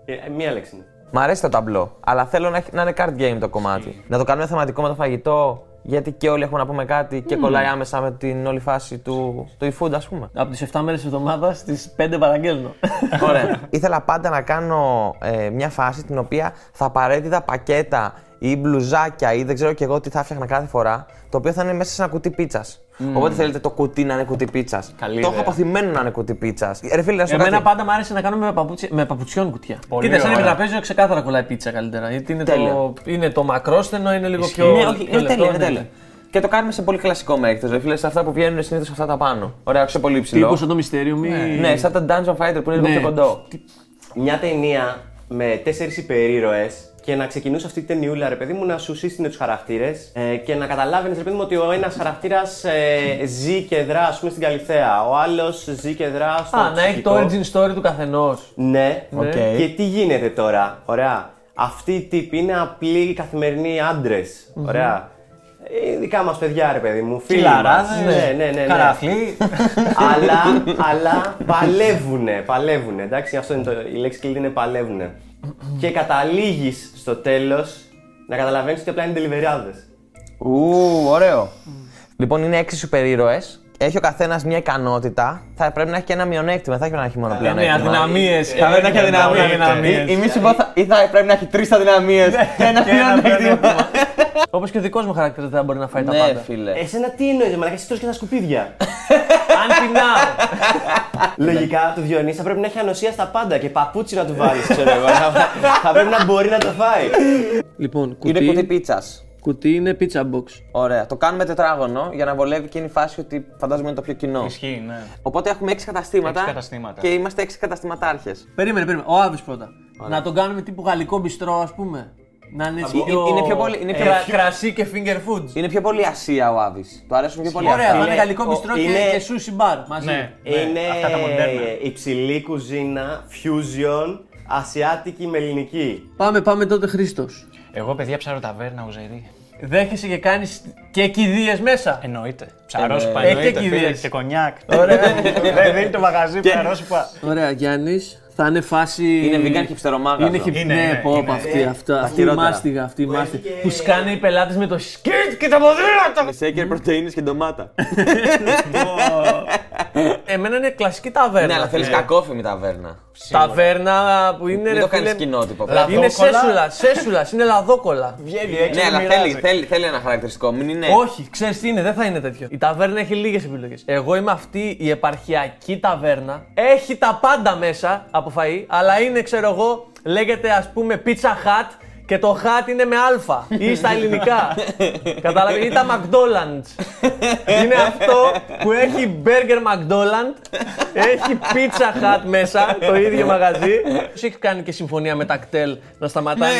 Speaker 4: Ε, Μία λέξη είναι.
Speaker 3: Μ' αρέσει το ταμπλό, αλλά θέλω να, έχει- να είναι card game το κομμάτι. Να το κάνουμε θεματικό με το φαγητό, γιατί και όλοι έχουμε να πούμε κάτι και κολλάει άμεσα με την όλη φάση του, του eFood, ας πούμε.
Speaker 11: Από τις 7 μέρες της εβδομάδας, τις 5 παραγγέλνω.
Speaker 3: Ωραία. Ήθελα πάντα να κάνω ε, μια φάση την οποία θα απαραίτητα πακέτα ή μπλουζάκια ή δεν ξέρω και εγώ τι θα έφτιαχνα κάθε φορά, το οποίο θα είναι μέσα σε ένα κουτί πίτσας. Οπότε θέλετε το κουτί να είναι κουτί πίτσας. Το έχω αποθυμένο να είναι κουτί πίτσας. Ρε Ε, φίλε, να σου πω
Speaker 11: Εμένα
Speaker 3: κάτι.
Speaker 11: πάντα μου άρεσε να κάνουμε με, παπούτσι, με παπουτσιών κουτιά. Κοίτα, σαν επιτραπέζιο ξεκάθαρα κολλάει πίτσα καλύτερα. Γιατί είναι,
Speaker 3: Τέλεια.
Speaker 11: το, είναι το μακρόστενο, είναι λίγο πιο.
Speaker 3: Ναι, όχι, είναι
Speaker 11: πιο λεπτό,
Speaker 3: τέλεια, είναι
Speaker 11: ναι.
Speaker 3: τέλεια. Και το κάνουμε σε πολύ κλασικό μέγεθο. Ρε φίλε, σε αυτά που βγαίνουν συνήθως αυτά τα πάνω. Ωραία, σε πολύ
Speaker 5: Τύπο
Speaker 3: ψηλό.
Speaker 5: σαν το μυστήριο, μη.
Speaker 3: Ναι, ναι, σαν τα Dungeon Fighter που είναι λίγο
Speaker 5: Ναι.
Speaker 3: πιο κοντό.
Speaker 4: Μια ταινία με τέσσερις υπερήρωες και να ξεκινούσε αυτή την ταινιούλα, ρε παιδί μου, να σου σύστηνε τους χαρακτήρες ε, και να καταλάβαινες, ρε παιδί μου, ότι ο ένας χαρακτήρας ε, ζει και δρά, ας πούμε, στην Καλιθέα. Ο άλλος ζει και δρά στο.
Speaker 5: Α, να έχει το
Speaker 4: ψυχικό.
Speaker 5: origin story του καθενός.
Speaker 4: Ναι.
Speaker 5: Οκ.
Speaker 4: Και τι γίνεται τώρα, ωραία. Αυτοί οι τύποι είναι απλοί καθημερινοί άντρες.
Speaker 5: Μμμ.
Speaker 4: Ωραία. Ε, δικά μας παιδιά, ρε παιδί μου. Φίλοι
Speaker 5: Φιλαράδες,
Speaker 4: μας. Ναι, ναι, ναι. ναι.
Speaker 5: καραφλοί.
Speaker 4: αλλά, αλλά παλεύουνε, παλεύουνε. Εντάξει, αυτό είναι το, η λέξη κλειδί είναι παλεύουνε. και καταλήγεις στο τέλος να καταλαβαίνεις ότι απλά είναι τελιβεριάδε.
Speaker 3: Ου, ωραίο. Λοιπόν, είναι έξι σούπερ ήρωες. Έχει ο καθένας μια ικανότητα. Θα πρέπει να έχει και ένα μειονέκτημα. Δεν θα πρέπει να έχει μόνο πλεονέκτημα.
Speaker 5: αδυναμίες.
Speaker 3: Θα πρέπει να έχει
Speaker 5: Ε,
Speaker 3: αδυναμίε.
Speaker 5: αδυναμίες.
Speaker 3: Η μη συμπόθα ή θα πρέπει να έχει τρεις αδυναμίες και ένα μειονέκτημα.
Speaker 5: Όπως και ο δικός μου χαρακτήρας δεν μπορεί να φάει τα
Speaker 3: Ναι,
Speaker 5: πάντα.
Speaker 3: φίλε.
Speaker 4: Εσένα τι εννοείς, Μαλάκα, εσύ τρως και τα σκουπίδια.
Speaker 5: Αν πεινάω.
Speaker 4: Λογικά του Διονύη θα πρέπει να έχει ανοσία στα πάντα και παπούτσι να του βάλεις, ξέρω εγώ. Θα- θα πρέπει να μπορεί να το φάει.
Speaker 5: Λοιπόν, κουτί.
Speaker 3: Είναι κουτί πίτσας.
Speaker 5: Κουτί είναι pizza box.
Speaker 3: Ωραία. Το κάνουμε τετράγωνο για να βολεύει και είναι η φάση ότι φαντάζομαι είναι το πιο κοινό. Ισχύει, ναι. Οπότε έχουμε έξι καταστήματα.
Speaker 5: Έξι καταστήματα.
Speaker 3: Και είμαστε έξι καταστηματάρχες.
Speaker 5: Περίμενε, περίμενε. Ο Άβη πρώτα. Να τον κάνουμε τύπου γαλλικό μπιστρό, ας πούμε. Να είναι έτσι πιο.
Speaker 3: Είναι πιο πολύ. Είναι
Speaker 5: Ε,
Speaker 3: πιο...
Speaker 5: κρα- Κρασί και finger foods.
Speaker 3: Είναι πιο πολύ Ασία ο Άβη. Του αρέσουν πιο πολύ
Speaker 5: Ωραία,
Speaker 3: αυτά.
Speaker 5: θα είναι γαλλικό μπιστρό και-
Speaker 4: είναι-
Speaker 5: και sushi bar μαζί.
Speaker 11: Ναι.
Speaker 4: Είναι υψηλή κουζίνα, fusion, ασιάτικη με ελληνική.
Speaker 5: Πάμε, πάμε τότε Χρήστος.
Speaker 11: Εγώ, παιδιά, ψάρω ταβέρνα, ουζερί.
Speaker 5: Δέχεσαι και κάνεις και κηδείες μέσα.
Speaker 11: Εννοείται.
Speaker 5: Ε,
Speaker 11: Ψαρόσουπα
Speaker 5: ε,
Speaker 11: εννοείται.
Speaker 5: και
Speaker 11: φίλε,
Speaker 5: κηδείες.
Speaker 11: Και κονιάκ.
Speaker 5: Ωραία.
Speaker 11: Δεν δίνει το μαγαζί ψαρόσουπα.
Speaker 5: Ωραία, Γιάννης. Θα είναι φάση.
Speaker 11: Είναι vegan χυψτερομάγαζο.
Speaker 5: Είναι χυ...
Speaker 11: Είναι,
Speaker 5: ναι,
Speaker 11: ναι,
Speaker 5: πω,
Speaker 11: είναι.
Speaker 5: αυτή,
Speaker 11: Ε,
Speaker 5: αυτά,
Speaker 11: τα
Speaker 5: αυτή η
Speaker 11: χειρότερα.
Speaker 5: μάστιγα. Αυτή η μάστιγα. Που σκάνε οι πελάτες με το σκίτ και τα ποδήλατα.
Speaker 13: Σέκερ πρωτενε και ντομάτα.
Speaker 5: Εμένα είναι κλασική ταβέρνα.
Speaker 3: Ναι, αλλά θέλεις
Speaker 5: Ε.
Speaker 3: κακόφημη ταβέρνα.
Speaker 5: Ταβέρνα που είναι.
Speaker 3: Μην
Speaker 5: Ναι, ρε
Speaker 3: το κάνεις
Speaker 5: φίλε,
Speaker 3: κοινότυπο,
Speaker 5: Είναι
Speaker 3: Λαδόκολλα.
Speaker 5: σέσουλα, σέσουλα, είναι λαδόκολα. Βγαίνει
Speaker 3: Ναι, αλλά θέλει, θέλει, θέλει ένα χαρακτηριστικό. Μην είναι.
Speaker 5: Όχι, ξέρεις τι είναι, δεν θα είναι τέτοιο. Η ταβέρνα έχει λίγες επιλογές. Εγώ είμαι αυτή η επαρχιακή ταβέρνα. Έχει τα πάντα μέσα από φαΐ, αλλά είναι, ξέρω εγώ, λέγεται ας πούμε pizza hut και το hut είναι με α ή στα ελληνικά. Κατάλαβε, ή τα McDonald's. είναι αυτό που έχει burger McDonald's, έχει pizza hut μέσα, το ίδιο μαγαζί. Τους έχει κάνει και συμφωνία με τα κτέλ να σταματάνε.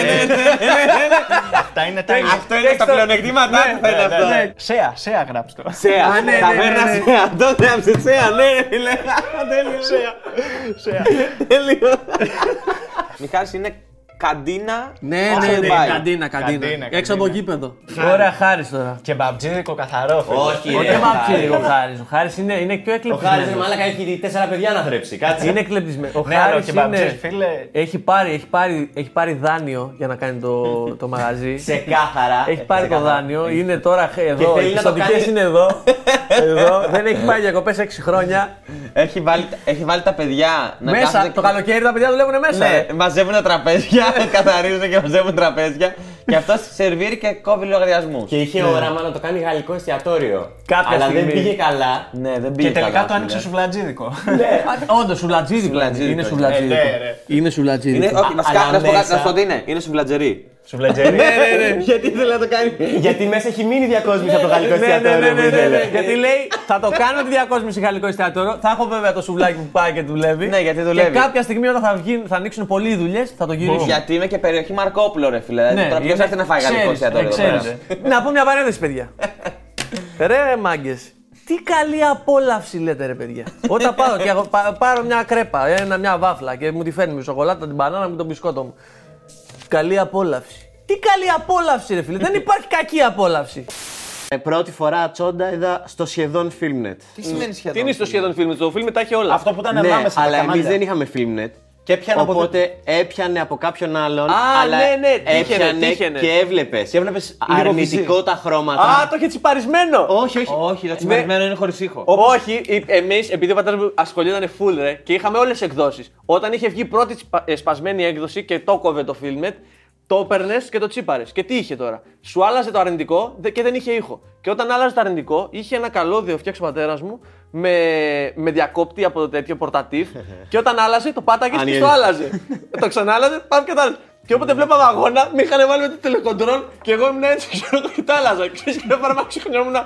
Speaker 11: Αυτά είναι τα
Speaker 5: Αυτό είναι τα πλεονεκτήματά του, θα είναι αυτό.
Speaker 11: Ναι. Σέα, σέα γράψτε το.
Speaker 13: Σέα.
Speaker 11: Α, ναι, ναι,
Speaker 13: Ταβέρνα
Speaker 11: ναι, ναι.
Speaker 13: σέα. Τότε άψε σέα, ναι, φίλε.
Speaker 11: Τέλειο. Σέα. Σέα.
Speaker 13: Τέλειο. Μιχάλης είναι καντίνα.
Speaker 5: Ναι,
Speaker 13: όσο
Speaker 5: ναι,
Speaker 13: δεν
Speaker 5: ναι,
Speaker 13: πάει.
Speaker 5: καντίνα,
Speaker 11: Καντίνα,
Speaker 5: καντίνα. Έξω
Speaker 11: καντίνα.
Speaker 5: από γήπεδο.
Speaker 11: Χάρη.
Speaker 5: Ωραία, χάρη τώρα.
Speaker 11: Και μπαμπτζίδικο καθαρό. φίλε.
Speaker 5: Ο δεν μαψίζει ο Χάρης. Ο Χάρης είναι, είναι πιο εκλεπτισμένος.
Speaker 4: Χάρης, ρε μαλάκα, έχει τέσσερα παιδιά να θρέψει, κάτσε.
Speaker 5: Είναι εκλεπτισμένος. Ο
Speaker 11: Ναι, αλλά ο
Speaker 5: Χάρη
Speaker 11: κεμπαμπτζής,
Speaker 5: είναι.
Speaker 11: φίλε.
Speaker 5: Έχει πάρει, έχει, πάρει, έχει πάρει δάνειο για να κάνει το, το μαγαζί.
Speaker 4: Ξεκάθαρα.
Speaker 5: Έχει πάρει το
Speaker 4: Ξεκάθαρα.
Speaker 5: δάνειο, είναι τώρα εδώ.
Speaker 4: θέλει
Speaker 5: Οι
Speaker 4: να το
Speaker 5: πιστοτικέ
Speaker 4: κάνει-
Speaker 5: είναι εδώ. εδώ. Δεν έχει πάει διακοπέ 6 χρόνια.
Speaker 3: Έχει βάλει, έχει βάλει τα παιδιά να
Speaker 5: Μέσα,
Speaker 3: κάθονται-
Speaker 5: το καλοκαίρι τα παιδιά δουλεύουν μέσα.
Speaker 3: Ναι,
Speaker 5: ρε.
Speaker 3: μαζεύουν τραπέζια, καθαρίζουν και μαζεύουν τραπέζια. και αυτός σερβίρει και κόβει λογαριασμούς.
Speaker 4: Και είχε
Speaker 5: Ναι.
Speaker 4: όραμα να το κάνει γαλλικό εστιατόριο.
Speaker 3: Κάποια
Speaker 4: Αλλά δεν
Speaker 3: στιγμή.
Speaker 4: πήγε καλά.
Speaker 3: Ναι, δεν πήγε
Speaker 11: Και τελικά
Speaker 3: καλά,
Speaker 11: το άνοιξε
Speaker 3: φίλε.
Speaker 11: σουβλατζίδικο.
Speaker 5: Όντως, σουβλατζίδικο. είναι. Είναι σουβλατζίδικο.
Speaker 11: Ε, ναι, ρε.
Speaker 5: Είναι
Speaker 4: Ε,
Speaker 5: σουβλατζίδικο.
Speaker 3: Είναι, όχι, βασικά,
Speaker 4: αλλά
Speaker 3: να σου πω κάτι,
Speaker 4: μέσα-
Speaker 3: να σου πω τι είναι. Είναι σουβλατζερί.
Speaker 5: Ναι,
Speaker 11: Σουβλατζέρι.
Speaker 3: Ε, Γιατί ήθελε να το κάνει.
Speaker 4: Γιατί μέσα έχει μείνει διακόσμηση από το γαλλικό
Speaker 5: Ναι, ναι,
Speaker 4: εστιατόριο.
Speaker 5: ναι,
Speaker 4: που
Speaker 5: ναι, ναι,
Speaker 4: ήθελε.
Speaker 5: ναι. Γιατί λέει θα το κάνω τη διακόσμηση γαλλικό εστιατόριο. Θα έχω βέβαια το σουβλάκι που πάει και δουλεύει.
Speaker 3: Ναι, γιατί
Speaker 5: Και
Speaker 3: δουλεύει.
Speaker 5: κάποια στιγμή όταν θα, βγει, θα ανοίξουν πολλοί δουλειές, θα το γυρίσουν.
Speaker 3: Γιατί είμαι και περιοχή Μαρκόπουλο, ρε φίλε.
Speaker 5: Ναι,
Speaker 3: δηλαδή, Τώρα ποιο
Speaker 5: είναι-
Speaker 3: έρχεται να φάει γαλλικό
Speaker 5: ξέρεις,
Speaker 3: εστιατόριο
Speaker 5: ναι,
Speaker 3: εδώ πέρα.
Speaker 5: ξέρεις. Να πω μια παρένθεση, παιδιά. ρε μάγκες. Τι καλή απόλαυση λέτε ρε παιδιά. Όταν πάω και αγο- πα- πάρω μια κρέπα, ένα, μια βάφλα και μου τη φέρνει με σοκολάτα, την μπανάνα μου, τον μπισκότο μου. Καλή απόλαυση. Τι καλή απόλαυση ρε φίλε, δεν υπάρχει κακή απόλαυση.
Speaker 4: Ε, Πρώτη φορά τσόντα είδα στο σχεδόν Filmnet.
Speaker 3: Τι σημαίνει σχεδόν.
Speaker 13: Τι είναι στο σχεδόν φιλμ, το φιλμ τα έχει όλα.
Speaker 1: Αυτό που ήταν
Speaker 4: Ναι,
Speaker 1: ανάμεσα.
Speaker 4: αλλά
Speaker 1: τα
Speaker 4: εμεί
Speaker 1: κανάλια.
Speaker 4: δεν είχαμε Filmnet.
Speaker 1: Και έπιανε από
Speaker 4: Οπότε έπιανε από κάποιον άλλον.
Speaker 13: Α,
Speaker 4: αλλά
Speaker 13: ναι, ναι, τύχαινε,
Speaker 4: έπιανε
Speaker 13: τύχαινε.
Speaker 4: και έβλεπες.
Speaker 1: Και έβλεπες λίγο
Speaker 4: Αρνητικό τα χρώματα.
Speaker 13: Α, το είχε τσιπαρισμένο.
Speaker 4: Όχι, όχι.
Speaker 3: Όχι, το τσιμπαρισμένο είναι χωρίς ήχο.
Speaker 13: Όχι, εμείς, επειδή ο πατέρας μου ασχολιόταν full ρε, και είχαμε όλες τις εκδόσεις. Όταν είχε βγει η πρώτη τσπα- ε, σπασμένη έκδοση και το κόβε το Filmet, το έπαιρνες και το τσίπαρες. Και τι είχε τώρα. Σου άλλαζε το αρνητικό δε- και δεν είχε ήχο. Και όταν άλλαζε το αρνητικό, είχε ένα καλώδιο φτιάξει ο πατέρας μου με, με διακόπτη από το τέτοιο πορτατίφ. και όταν άλλαζε, το πάταγες και
Speaker 4: Ανοίγει.
Speaker 13: το άλλαζε. το ξανάλαζε, πάμε και το άλλαζε.
Speaker 14: Και όποτε βλέπαμε αγώνα, με είχαν βάλει με το τηλεκοντρόλ και εγώ ήμουν έτσι, ξέρω εγώ, και τα άλλαζα. Ξέρεις, και να πάρω μάξι χρόνια ήμουν.
Speaker 13: Ε,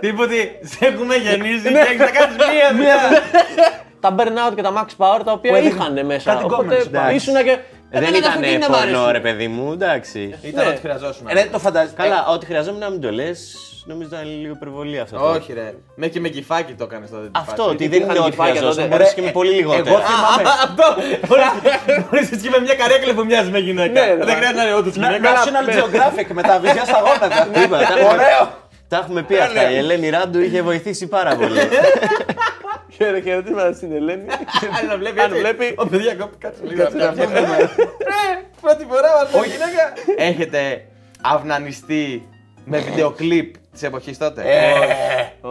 Speaker 15: Τίποτε, σε έχουμε
Speaker 3: Ναι.
Speaker 15: γεννήσει και έχεις να κάνεις μία δουλειά.
Speaker 16: τα burnout και τα max power τα οποία είχαν μέσα. Οπότε ήσουν και.
Speaker 5: Ε,
Speaker 4: Δεν
Speaker 16: έκανα τα
Speaker 4: ήταν
Speaker 16: αυτοκίνητα, μ'
Speaker 4: πορνό,
Speaker 16: άρεσαν.
Speaker 4: ρε παιδί μου, εντάξει.
Speaker 17: Ήταν
Speaker 4: Ναι.
Speaker 17: ό,τι χρειαζόσουν.
Speaker 4: Ε, ρε, το φαντάζεσαι. Καλά,
Speaker 17: Ε.
Speaker 4: ό,τι χρειαζόμουν να μην το λες, νομίζω ήταν λίγο υπερβολή αυτό.
Speaker 17: Όχι, ρε. Με και με κυφάκι το έκανες τότε. την
Speaker 4: Αυτό,
Speaker 17: φάση.
Speaker 4: ότι δεν είναι ό,τι χρειαζόσουν. Μπορεί και με πολύ λιγότερο.
Speaker 17: Εγώ θυμάμαι.
Speaker 4: Α, α,
Speaker 17: Αυτό! Μπορεί να και με μια καρέκλα που μοιάζει με γυναίκα.
Speaker 3: Ναι,
Speaker 17: Δεν χρειάζεται να είναι όντω
Speaker 1: Ε,
Speaker 4: Ναι,
Speaker 1: Να-
Speaker 17: γυναίκα.
Speaker 1: National Geographic με τα βυζιά στα γόνατα.
Speaker 4: α, είπα, τα έχουμε-
Speaker 1: Ωραίο.
Speaker 4: Τα έχουμε πει αυτά. Η Ελένη Ράντου είχε βοηθήσει πάρα πολύ.
Speaker 14: Χαίρε, χαιρετίσματα στην Ελένη.
Speaker 17: Αν βλέπει. Αν βλέπει. Ο παιδιά κόπη κάτσε λίγο.
Speaker 14: Κάτσε να
Speaker 17: Κάτσε να
Speaker 14: πούμε.
Speaker 3: Ναι.
Speaker 17: Ρε, Πρώτη φορά μα Όχι γυναίκα. Έχετε αυνανιστεί με βιντεοκλίπ της εποχής τότε.
Speaker 1: Ε,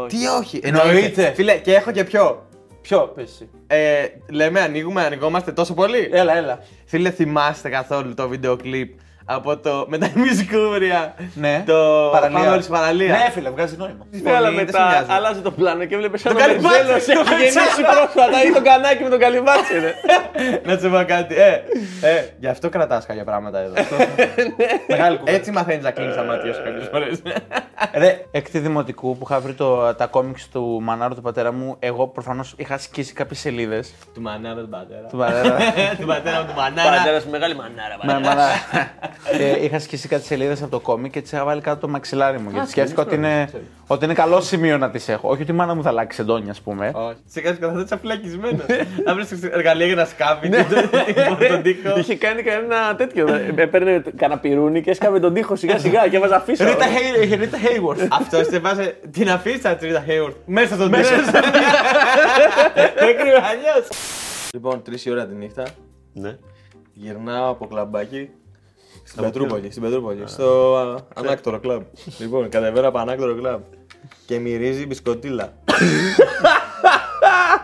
Speaker 17: Τι όχι.
Speaker 1: Εννοείται.
Speaker 17: Φίλε, και έχω και πιο.
Speaker 1: Ποιο, πες εσύ.
Speaker 17: Ε, λέμε ανοίγουμε, ανοιγόμαστε τόσο πολύ.
Speaker 1: Έλα, έλα.
Speaker 17: Φίλε, θυμάστε καθόλου το βίντεο κλιπ από το. με τα μισκούρια.
Speaker 1: Ναι.
Speaker 17: Το.
Speaker 1: Παραλία.
Speaker 17: Πάμε όλοι στην παραλία.
Speaker 1: Ναι, φίλε, βγάζει νόημα.
Speaker 14: Ναι, αλλά
Speaker 17: Πολύ, δεν σε
Speaker 14: μετά
Speaker 17: νοιάζει.
Speaker 14: άλλαζε το πλάνο και έβλεπε
Speaker 17: Το
Speaker 14: ένα βενζέλο
Speaker 17: καλυμπάτσι,
Speaker 14: έχει
Speaker 17: το
Speaker 14: γεννήσει
Speaker 17: βενζέλο.
Speaker 14: πρόσφατα ή τον κανάκι με τον καλυμπάτσι, ρε.
Speaker 17: Να σου πω κάτι. Ε, ε, γι' αυτό κρατάς κάποια πράγματα εδώ. Μεγάλη κουβέντα. Έτσι μαθαίνεις να κλείνεις τα μάτια σου κάποιες φορές.
Speaker 1: Ρε, εκ τη δημοτικού που είχα βρει το, τα κόμιξ του μανάρου του πατέρα μου, εγώ προφανώς είχα σκίσει κάποιες σελίδες.
Speaker 17: Του μανάρα, του πατέρα.
Speaker 1: Του πατέρα.
Speaker 17: Ε, Του πατέρα, του μανάρα.
Speaker 5: Πατέρας, μεγάλη μανάρα.
Speaker 1: Με
Speaker 5: πατέρας.
Speaker 1: μάνα. ε, είχα σκίσει κάτι σελίδες από το κόμι και τις είχα βάλει κάτω το μαξιλάρι μου. Γιατί σκέφτηκα ότι είναι, ότι είναι καλό σημείο να τις έχω. Όχι ότι η μάνα μου θα αλλάξει εντόνια, ας πούμε.
Speaker 17: Σε κάποιες καταστάσει αφυλακισμένο. Να βρεις εργαλεία για να σκάβει. Τον τοίχο.
Speaker 14: Είχε κάνει κανένα τέτοιο. ρε. Έπαιρνε καναπιρούνι και έσκαβε τον τοίχο σιγά σιγά και έβαζα φύσα.
Speaker 1: Ρίτα Hayward.
Speaker 17: Αυτό σε βάζει την αφήσα της Ρίτα Hayward. Μέσα στον τοίχο.
Speaker 14: Μέσα στον
Speaker 17: Δεν κρύβει αλλιώ.
Speaker 3: Λοιπόν, 3 η ώρα τη νύχτα.
Speaker 4: Ναι.
Speaker 3: Γυρνάω από κλαμπάκι. Στην Πετρούπολη, στην Πετρούπολη, στο α, Ανάκτορο Κλαμπ. λοιπόν, κατεβαίνω από Ανάκτορο Κλαμπ και μυρίζει μπισκοτίλα.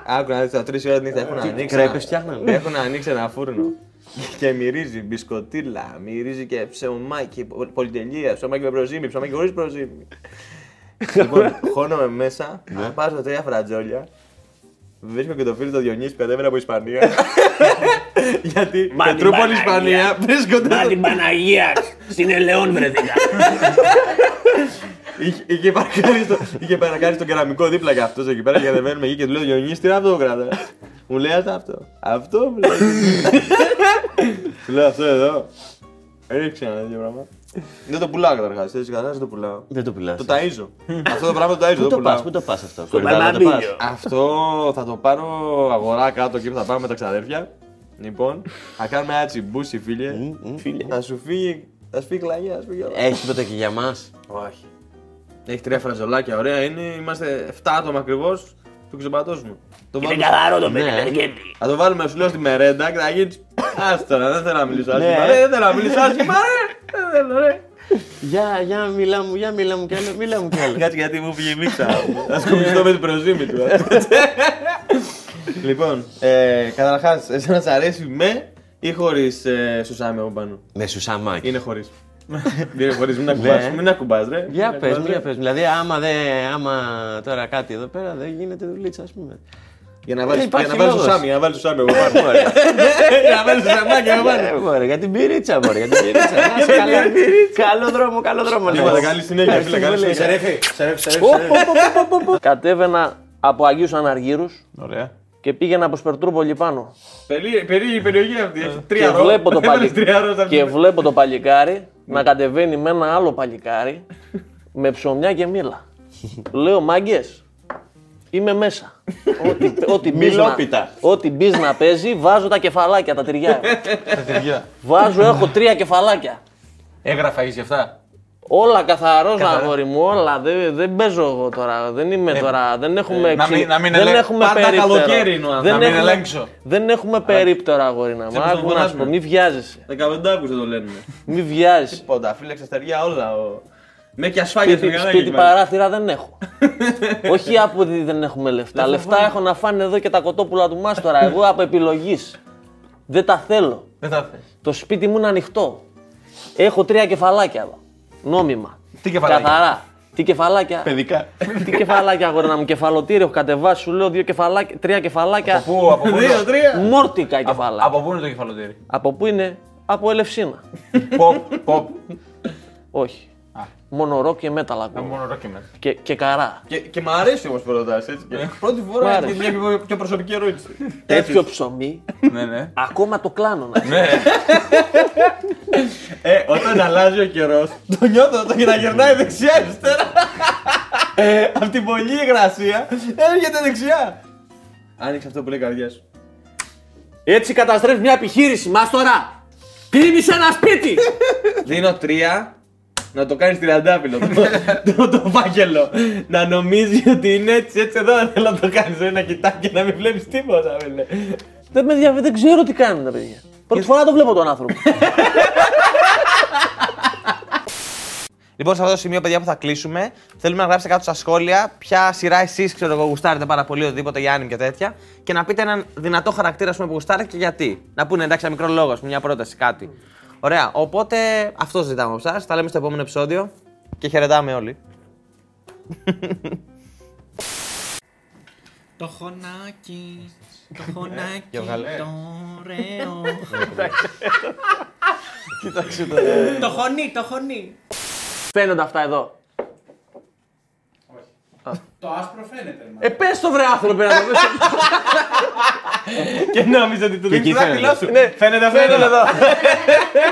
Speaker 3: Άκου να δεις, τα 3 ώρα τη νύχτα έχουν
Speaker 4: Τι
Speaker 3: ανοίξει.
Speaker 4: κρέπες
Speaker 3: ένα-
Speaker 4: φτιάχνανε.
Speaker 3: Έχουν ανοίξει ένα φούρνο. Και μυρίζει μπισκοτίλα, μυρίζει και ψωμάκι, πο- πολυτελεία, ψωμάκι με προζύμι, ψωμάκι χωρίς προζύμι. λοιπόν, χώνομαι μέσα, βάζω τρία φρατζόλια. Βρίσκω και το φίλο του Διονύσης που κατέβαινε από Ισπανία. Γιατί
Speaker 11: Μα την
Speaker 3: Πετρούπολη,
Speaker 11: Παναγία.
Speaker 3: Ισπανία βρίσκονται.
Speaker 11: Μα την Παναγία! Στην Ελαιών βρεθήκα.
Speaker 3: Είχε- Είχε παρακάρει στο- είχε παρακάρει στο κεραμικό δίπλα και αυτό εκεί πέρα και κατεβαίνουμε εκεί και του λέω Διονύση, τι είναι αυτό που κρατάς?» Μου λέει «Άσε αυτό. Αυτό μου λέει. Του λέω αυτό εδώ. Ρίξε ένα τέτοιο πράγμα. Δεν το πουλάω καταρχάς. Έτσι καταρχά δεν το πουλάω.
Speaker 4: Δεν το πουλάς.
Speaker 3: Το ταΐζω. αυτό το πράγμα το ταΐζω.
Speaker 4: Πού
Speaker 3: δεν
Speaker 4: το
Speaker 3: πουλάω.
Speaker 4: πας, πού το πας αυτό.
Speaker 3: Στο
Speaker 4: Κορυδαλό το πας.
Speaker 3: Μπαρμπίλιο. Αυτό θα το πάρω αγορά κάτω εκεί που θα πάμε με τα ξαδέρφια. Λοιπόν, θα κάνουμε ένα τσιμπούσι, φίλε. Θα σου φύγει. Θα σου φύγει κλαγιά, θα σου φύγει όλα.
Speaker 4: Έχει τίποτα και για μας.
Speaker 3: Όχι. Έχει τρία φραζολάκια, ωραία είναι. Είμαστε 7 άτομα ακριβώς. Το ξεπατώσουμε. Το
Speaker 11: Είναι καθαρό το
Speaker 4: Ναι.
Speaker 11: παιδί, δεν σκέφτηκε.
Speaker 3: Θα το βάλουμε σου λέω στη μερέντα και θα γίνει. Άστο, ρε, δεν θέλω να μιλήσω άσχημα.
Speaker 4: Ναι.
Speaker 3: ρε, Δεν θέλω να μιλήσω άσχημα, ρε. Δεν θέλω, ρε.
Speaker 4: Για, για, μιλά μου, για, μιλά μου κι άλλο, μιλά μου κι άλλο.
Speaker 3: Κάτσε γιατί μου πήγε μίξα. Θα σκουπιστώ με την προζύμη του. Λοιπόν, καταρχάς, εσένα σ' αρέσει με ή ε, χωρί σουσάμε από πάνω.
Speaker 4: Με σουσαμάκι.
Speaker 3: Είναι χωρίς. Δεν είναι χωρίς, μην ακουμπάς,
Speaker 4: Ναι.
Speaker 3: Μην ακουμπάς, ρε.
Speaker 4: Για
Speaker 3: Μην
Speaker 4: πες,
Speaker 3: ακουμπάς,
Speaker 4: μου, για
Speaker 3: ρε.
Speaker 4: πες. μου. Δηλαδή, άμα, δε, άμα τώρα κάτι εδώ πέρα δεν γίνεται δουλίτσα, ας πούμε.
Speaker 3: Για να βάλεις
Speaker 4: Δεν υπάρχει
Speaker 3: το
Speaker 4: λόγος.
Speaker 3: σάμι, για να βάλεις το σάμι από πάνω.
Speaker 4: Ωραία.
Speaker 3: Για να βάλεις το σαμάκι από πάνω.
Speaker 4: Ε, Μωρέ, για την πυρίτσα, μωρέ, για την πυρίτσα. Να είσαι καλά. Καλό δρόμο, καλό δρόμο.
Speaker 3: Τίποτα,
Speaker 4: λες.
Speaker 3: Λοιπόν, καλή συνέχεια, φίλε, καλή συνέχεια.
Speaker 5: Κατέβαινα από Αγίου Αναργύρου
Speaker 1: Ωραία.
Speaker 5: και πήγαινα από Σπερτρούπολη πάνω.
Speaker 3: Περί- Περίεργη περιοχή αυτή. Έχει τρία
Speaker 5: και
Speaker 3: ρο.
Speaker 5: βλέπω, το
Speaker 3: Έβαλες
Speaker 5: παλι...
Speaker 3: τρία ρο σε Ναι. αυτή.
Speaker 5: και βλέπω το παλικάρι να κατεβαίνει με ένα άλλο παλικάρι με ψωμιά και μήλα. Λέω μάγκες, είμαι μέσα. ό,τι, ό,τι, μπεις να,
Speaker 4: Μιλόπιτα.
Speaker 5: ό,τι μπεις να παίζει, βάζω τα κεφαλάκια, τα τυριά.
Speaker 1: Παιδιά.
Speaker 5: βάζω, έχω τρία κεφαλάκια.
Speaker 1: Έγραφα εις γι' αυτά.
Speaker 5: Όλα καθαρός να αγόρι μου, όλα. Δεν, δεν παίζω εγώ τώρα. Δεν είμαι τώρα. Δεν έχουμε
Speaker 1: Ε, να
Speaker 5: ξυ-
Speaker 1: μην- να μην
Speaker 5: δεν
Speaker 1: ελέγ-
Speaker 5: έχουμε
Speaker 1: Πάντα
Speaker 5: περίπτερο.
Speaker 1: καλοκαίρι είναι ο άνθρωπος.
Speaker 5: δεν
Speaker 1: Να μην
Speaker 5: έχουμε-
Speaker 1: ελέγξω.
Speaker 5: Δεν έχουμε περίπτερο αγόρι να μου.
Speaker 3: Ξέρεις πώς
Speaker 5: Άκου να σου πω,
Speaker 3: φωνάζουμε.
Speaker 5: μη βιάζεσαι.
Speaker 3: 15 Αύγουστο το λένε.
Speaker 5: Μη βιάζεσαι.
Speaker 3: Τίποτα, φίλε, ξεστεριά όλα. ο- Με και ασφάλεια στο
Speaker 5: Σπίτι,
Speaker 3: γαλάκι.
Speaker 5: σπίτι παράθυρα δεν έχω. Όχι από ότι δεν έχουμε λεφτά. λεφτά έχω να φάνε εδώ και τα κοτόπουλα του Μάστορα. Εγώ από επιλογής. Δεν τα θέλω.
Speaker 1: Δεν θα θες.
Speaker 5: Το σπίτι μου είναι ανοιχτό. Έχω τρία κεφαλάκια εδώ. Νόμιμα.
Speaker 1: Τι κεφαλάκια?
Speaker 5: Καθαρά. Τι κεφαλάκια.
Speaker 4: Παιδικά.
Speaker 5: Τι κεφαλάκια, αγόρα μου, κεφαλοτήριο, έχω κατεβάσει, σου λέω δύο κεφαλάκια, τρία κεφαλάκια. Από
Speaker 3: πού, από πού είναι? Δύο,
Speaker 5: τρία. Μόρτικα κεφαλάκια.
Speaker 3: Από πού είναι το κεφαλοτήρι.
Speaker 5: Από πού είναι, από Ελευσίνα.
Speaker 3: Ποπ, ποπ.
Speaker 5: Όχι. Μόνο ροκ και μέταλα ακούω.
Speaker 3: Μόνο ροκ και μέταλα.
Speaker 5: Και, και καρά.
Speaker 3: Και, και μ' αρέσει όμως που ρωτά έτσι. και Πρώτη
Speaker 5: Ε. Μ'
Speaker 3: φορά
Speaker 5: άρεσε.
Speaker 3: έχει μια πιο- πιο προσωπική ερώτηση.
Speaker 5: Τέτοιο ψωμί,
Speaker 3: Ναι, ναι.
Speaker 5: ακόμα το κλάνω να ξέρεις.
Speaker 3: Ε, όταν αλλάζει ο καιρός, το νιώθω το και να γυρνάει δεξιά-αριστερά. Ε, Από την πολλή υγρασία έρχεται δεξιά. Άνοιξε αυτό που λέει η καρδιά σου.
Speaker 5: Έτσι καταστρέφεις μια επιχείρηση, μας τώρα! Κλείνεις ένα σπίτι!
Speaker 3: Δίνω τρία να το κάνεις τριαντάπιλο. το, το, το φάκελο. Να νομίζεις ότι είναι έτσι, έτσι εδώ. Δεν θέλω να το κάνεις. Να κοιτάει και να μην βλέπεις τίποτα, ναι. φίλε.
Speaker 5: Δεν, με δια... δεν ξέρω τι κάνουν τα παιδιά. Πρώτη φορά το βλέπω τον άνθρωπο.
Speaker 18: Λοιπόν, σε αυτό το σημείο, παιδιά, που θα κλείσουμε, θέλουμε να γράψετε κάτω στα σχόλια ποια σειρά εσείς, ξέρω εγώ, γουστάρετε πάρα πολύ, οτιδήποτε για άνιμ και τέτοια. Και να πείτε έναν δυνατό χαρακτήρα ας πούμε, που γουστάρετε και γιατί. Να πούνε εντάξει, ένα μικρό λόγο, ας πούμε, μια πρόταση, κάτι. Ωραία. Οπότε αυτός ζητάμε από εσάς. Τα λέμε στο επόμενο επεισόδιο και χαιρετάμε όλοι.
Speaker 19: Το χωνάκι, το χωνάκι,
Speaker 18: Και
Speaker 19: το
Speaker 18: βγάλε.
Speaker 19: ωραίο.
Speaker 5: Κοίταξε το.
Speaker 19: Το χωνί, το χωνί.
Speaker 5: Φαίνονται αυτά εδώ.
Speaker 19: Το άσπρο φαίνεται.
Speaker 5: Ε, πες το βρε άνθρωπο να το δεις.
Speaker 3: και νόμιζα ότι του
Speaker 5: Και εκεί
Speaker 3: δείχνει δάχτυλό
Speaker 5: φαίνεται.
Speaker 3: σου. Ναι, φαίνεται αυτό.
Speaker 5: Φαίνεται εδώ.